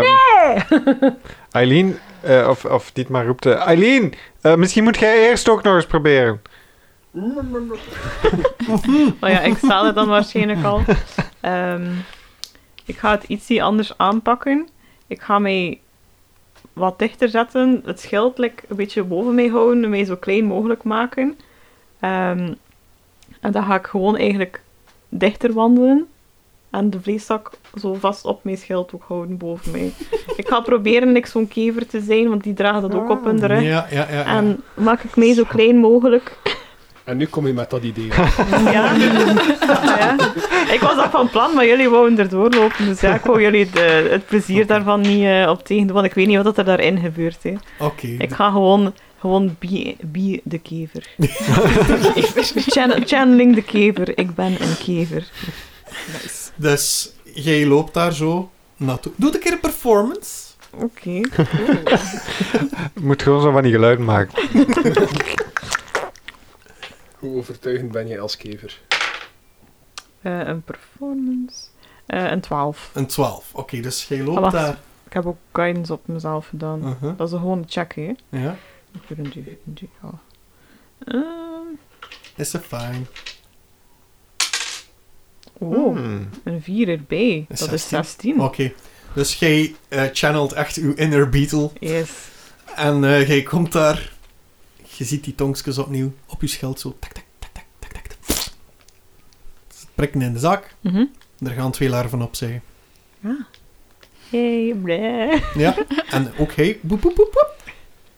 [SPEAKER 4] ehm, Aileen, eh, of, of Dietmar roept... eh, Aileen, eh, misschien moet jij eerst ook nog eens proberen.
[SPEAKER 7] Maar ja, ik sta er dan waarschijnlijk al. Ehm, ik ga het ietsie anders aanpakken. Ik ga mij wat dichter zetten. Het schild like, een beetje boven mij houden. Mij zo klein mogelijk maken. Ehm, en dan ga ik gewoon eigenlijk dichter wandelen. En de vleeszak zo vast op mijn schild ook houden boven mij. Ik ga proberen like, zo'n kever te zijn, want die dragen dat ook op hun rug.
[SPEAKER 2] Ja, ja, ja. ja.
[SPEAKER 7] En maak ik mij zo klein mogelijk.
[SPEAKER 5] En nu kom je met dat idee.
[SPEAKER 7] Ja. ja. Ik was dat van plan, maar jullie wouden er doorlopen. Dus ja, ik wou jullie de, het plezier daarvan niet eh, op tegen doen, want ik weet niet wat dat er daarin gebeurt. Hè.
[SPEAKER 2] Oké.
[SPEAKER 7] Ik ga gewoon, gewoon be, be de kever. Chan- channeling de kever. Ik ben een kever.
[SPEAKER 2] Dus jij loopt daar zo naartoe. Doe een keer een performance.
[SPEAKER 7] Oké.
[SPEAKER 4] Moet gewoon zo van die geluid maken.
[SPEAKER 5] Hoe overtuigend ben je als kever?
[SPEAKER 7] Eh, een performance. Eh, een 12.
[SPEAKER 2] Een 12. Oké, dus jij loopt
[SPEAKER 7] Ah, wacht.
[SPEAKER 2] daar.
[SPEAKER 7] Ik heb ook guidance op mezelf gedaan.
[SPEAKER 2] Uh-huh.
[SPEAKER 7] Dat is gewoon een check, hè.
[SPEAKER 2] Ja.
[SPEAKER 7] Ik doe een duw, een duw, ja. Ehm,
[SPEAKER 2] Is het fijn.
[SPEAKER 7] oh.
[SPEAKER 4] Hmm.
[SPEAKER 7] Een 4 erbij. Dat is
[SPEAKER 2] 16.
[SPEAKER 7] 16.
[SPEAKER 2] Oké. Dus jij eh, channelt echt uw inner beetle.
[SPEAKER 7] Yes.
[SPEAKER 2] En eh, jij komt daar. Je ziet die tongskes opnieuw op je schild zo. Tak, tak, tak, tak, tak, tak. tak. Ze Prikken in de zak.
[SPEAKER 7] Mhm.
[SPEAKER 2] Er gaan twee larven opzij.
[SPEAKER 7] Hey, bleh.
[SPEAKER 2] Ja. en ook hij. Boep, boep, boep, boep.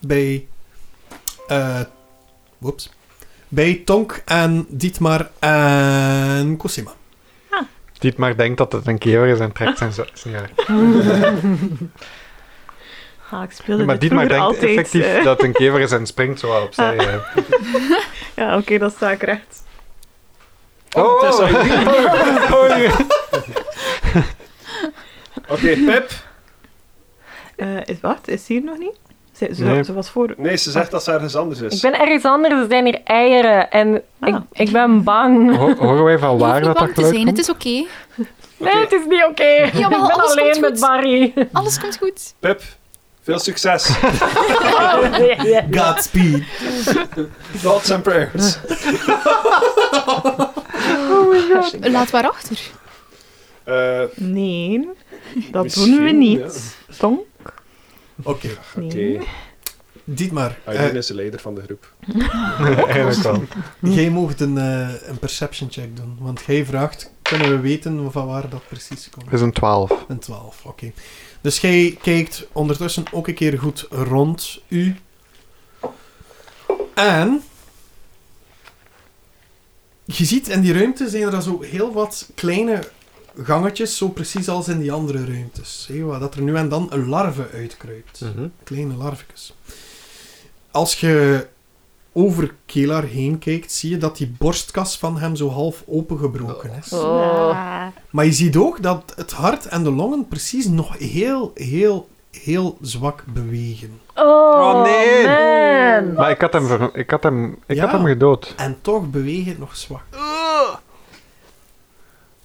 [SPEAKER 2] Bij. eh whoops. Bij Tonk en Dietmar en Cosima.
[SPEAKER 4] Dietmar denkt dat het een keer is en trekt zijn, z- zijn jaar.
[SPEAKER 7] Ah, ik speelde
[SPEAKER 4] maar
[SPEAKER 7] dit
[SPEAKER 4] Dietmar
[SPEAKER 7] vroeger
[SPEAKER 4] denkt
[SPEAKER 7] altijd.
[SPEAKER 4] effectief
[SPEAKER 7] eh. Ah.
[SPEAKER 4] dat het een keer is en springt zo wel opzij. eh.
[SPEAKER 7] Ja, oké, dan sta ik recht.
[SPEAKER 5] Oh, het is Aileen. Oké, Pip.
[SPEAKER 7] Eh, is, wat? Is ze hier nog niet? Ze, ze,
[SPEAKER 4] Nee.
[SPEAKER 7] ze was voor...
[SPEAKER 5] Nee, ze zegt dat ze ergens anders is.
[SPEAKER 3] Ik ben ergens anders. Er zijn hier eieren. En
[SPEAKER 7] Ah.
[SPEAKER 3] ik, ik ben bang.
[SPEAKER 4] Ho- horen wij van
[SPEAKER 6] Je hoeft
[SPEAKER 4] waar
[SPEAKER 6] niet
[SPEAKER 4] dat
[SPEAKER 6] bang
[SPEAKER 4] dat
[SPEAKER 6] te
[SPEAKER 4] geluid
[SPEAKER 6] zijn,
[SPEAKER 4] komt?
[SPEAKER 6] het is oké.
[SPEAKER 3] Nee, het is niet oké. Ik ben
[SPEAKER 6] Jawel, alles komt
[SPEAKER 3] alleen
[SPEAKER 6] goed.
[SPEAKER 3] met Barry.
[SPEAKER 6] Alles komt goed.
[SPEAKER 5] Pip, veel succes.
[SPEAKER 3] Oh, nee, nee.
[SPEAKER 2] Godspeed.
[SPEAKER 5] Thoughts and prayers.
[SPEAKER 6] Laat waar achter.
[SPEAKER 5] Eh, Oké.
[SPEAKER 7] Nee, dat doen we
[SPEAKER 5] Misschien,
[SPEAKER 7] niet. Tong?
[SPEAKER 2] Oké.
[SPEAKER 7] Nee.
[SPEAKER 2] Dietmar,
[SPEAKER 5] Aileen
[SPEAKER 2] eh,
[SPEAKER 5] is de leider van de groep.
[SPEAKER 4] Eigenlijk wel.
[SPEAKER 2] jij mocht een, eh, een perception check doen. Want jij vraagt, kunnen we weten van waar dat precies komt?
[SPEAKER 4] Het is een 12.
[SPEAKER 2] Een 12, oké. Dus jij kijkt ondertussen ook een keer goed rond u. En. Je ziet in die ruimte zijn er dan zo heel wat kleine gangetjes, zo precies als in die andere ruimtes. Hé, waar dat er nu en dan een larve uitkruipt. Kleine larvekes. Als je over Kelaar heen kijkt, zie je dat die borstkas van hem zo half opengebroken is.
[SPEAKER 3] Oh.
[SPEAKER 7] Ah.
[SPEAKER 2] Maar je ziet ook dat het hart en de longen precies nog heel, heel, heel zwak bewegen.
[SPEAKER 3] Oh,
[SPEAKER 4] Oh, nee.
[SPEAKER 3] man.
[SPEAKER 4] Maar ik had hem, ver- ik had hem, ik
[SPEAKER 2] Ja.
[SPEAKER 4] had hem gedood.
[SPEAKER 2] En toch bewegen het nog zwak.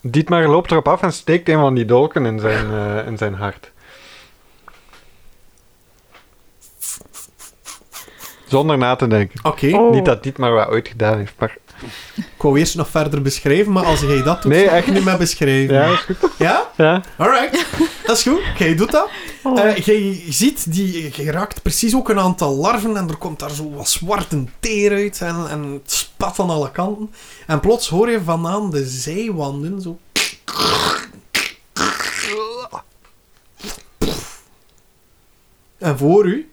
[SPEAKER 4] Dietmar loopt erop af en steekt een van die dolken in zijn, eh, in zijn hart. Zonder na te denken.
[SPEAKER 2] Oké,
[SPEAKER 4] Niet dat Dietmar wat ooit gedaan heeft, maar...
[SPEAKER 2] ik wou eerst nog verder beschrijven, maar als jij dat doet,
[SPEAKER 4] Nee,
[SPEAKER 2] stop ik
[SPEAKER 4] echt.
[SPEAKER 2] niet meer beschrijven.
[SPEAKER 4] Ja,
[SPEAKER 2] Ja?
[SPEAKER 4] is goed. Ja?
[SPEAKER 2] Alright. Dat is goed. Jij doet dat. Eh, jij ziet, die, jij raakt precies ook een aantal larven en er komt daar zo wat zwarte teer uit en, en het spat aan alle kanten. En plots hoor je vandaan de zijwanden zo... En voor u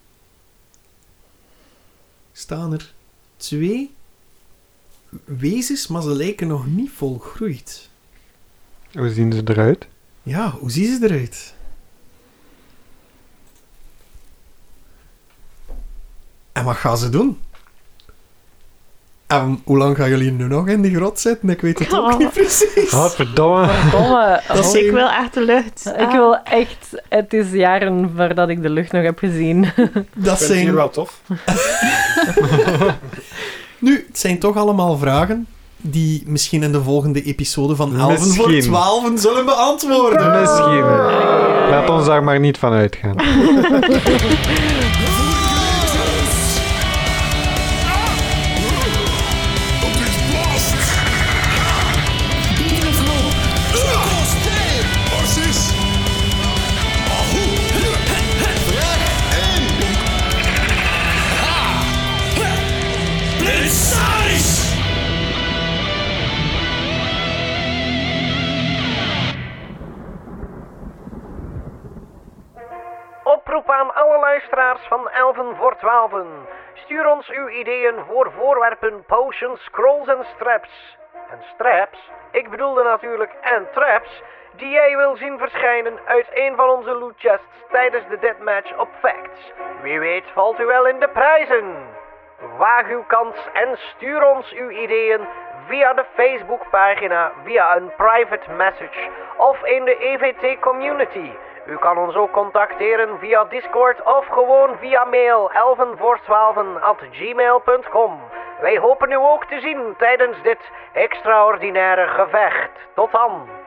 [SPEAKER 2] staan er twee wezens, maar ze lijken nog niet volgroeid.
[SPEAKER 4] Hoe zien ze eruit?
[SPEAKER 2] Ja, hoe zien ze eruit? En wat gaan ze doen? En hoe lang gaan jullie nu nog in die grot zitten? Ik weet het ook
[SPEAKER 7] Oh.
[SPEAKER 2] niet precies.
[SPEAKER 4] Godverdomme.
[SPEAKER 3] Domme.
[SPEAKER 2] Dat is-
[SPEAKER 7] Dus Ik wil echt de lucht.
[SPEAKER 3] Ik wil echt... Het is jaren voordat ik de lucht nog heb gezien.
[SPEAKER 2] Dat
[SPEAKER 5] Ik vind het
[SPEAKER 2] zijn...
[SPEAKER 5] hier wel tof.
[SPEAKER 2] Nu, het zijn toch allemaal vragen die misschien in de volgende episode van Elven voor
[SPEAKER 4] Misschien.
[SPEAKER 2] 12 zullen beantwoorden.
[SPEAKER 4] Misschien. Laat ons daar maar niet van uitgaan.
[SPEAKER 10] Oproep aan alle luisteraars van Elven voor 12. Stuur ons uw ideeën voor voorwerpen, potions, scrolls en straps. En straps? Ik bedoelde natuurlijk en traps, die jij wil zien verschijnen uit een van onze loot chests tijdens de deathmatch op Facts. Wie weet valt u wel in de prijzen. Waag uw kans en stuur ons uw ideeën via de Facebookpagina, via een private message of in de EVT community. U kan ons ook contacteren via Discord of gewoon via mail elvenvoor12@gmail.com. Wij hopen u ook te zien tijdens dit extraordinaire gevecht. Tot dan.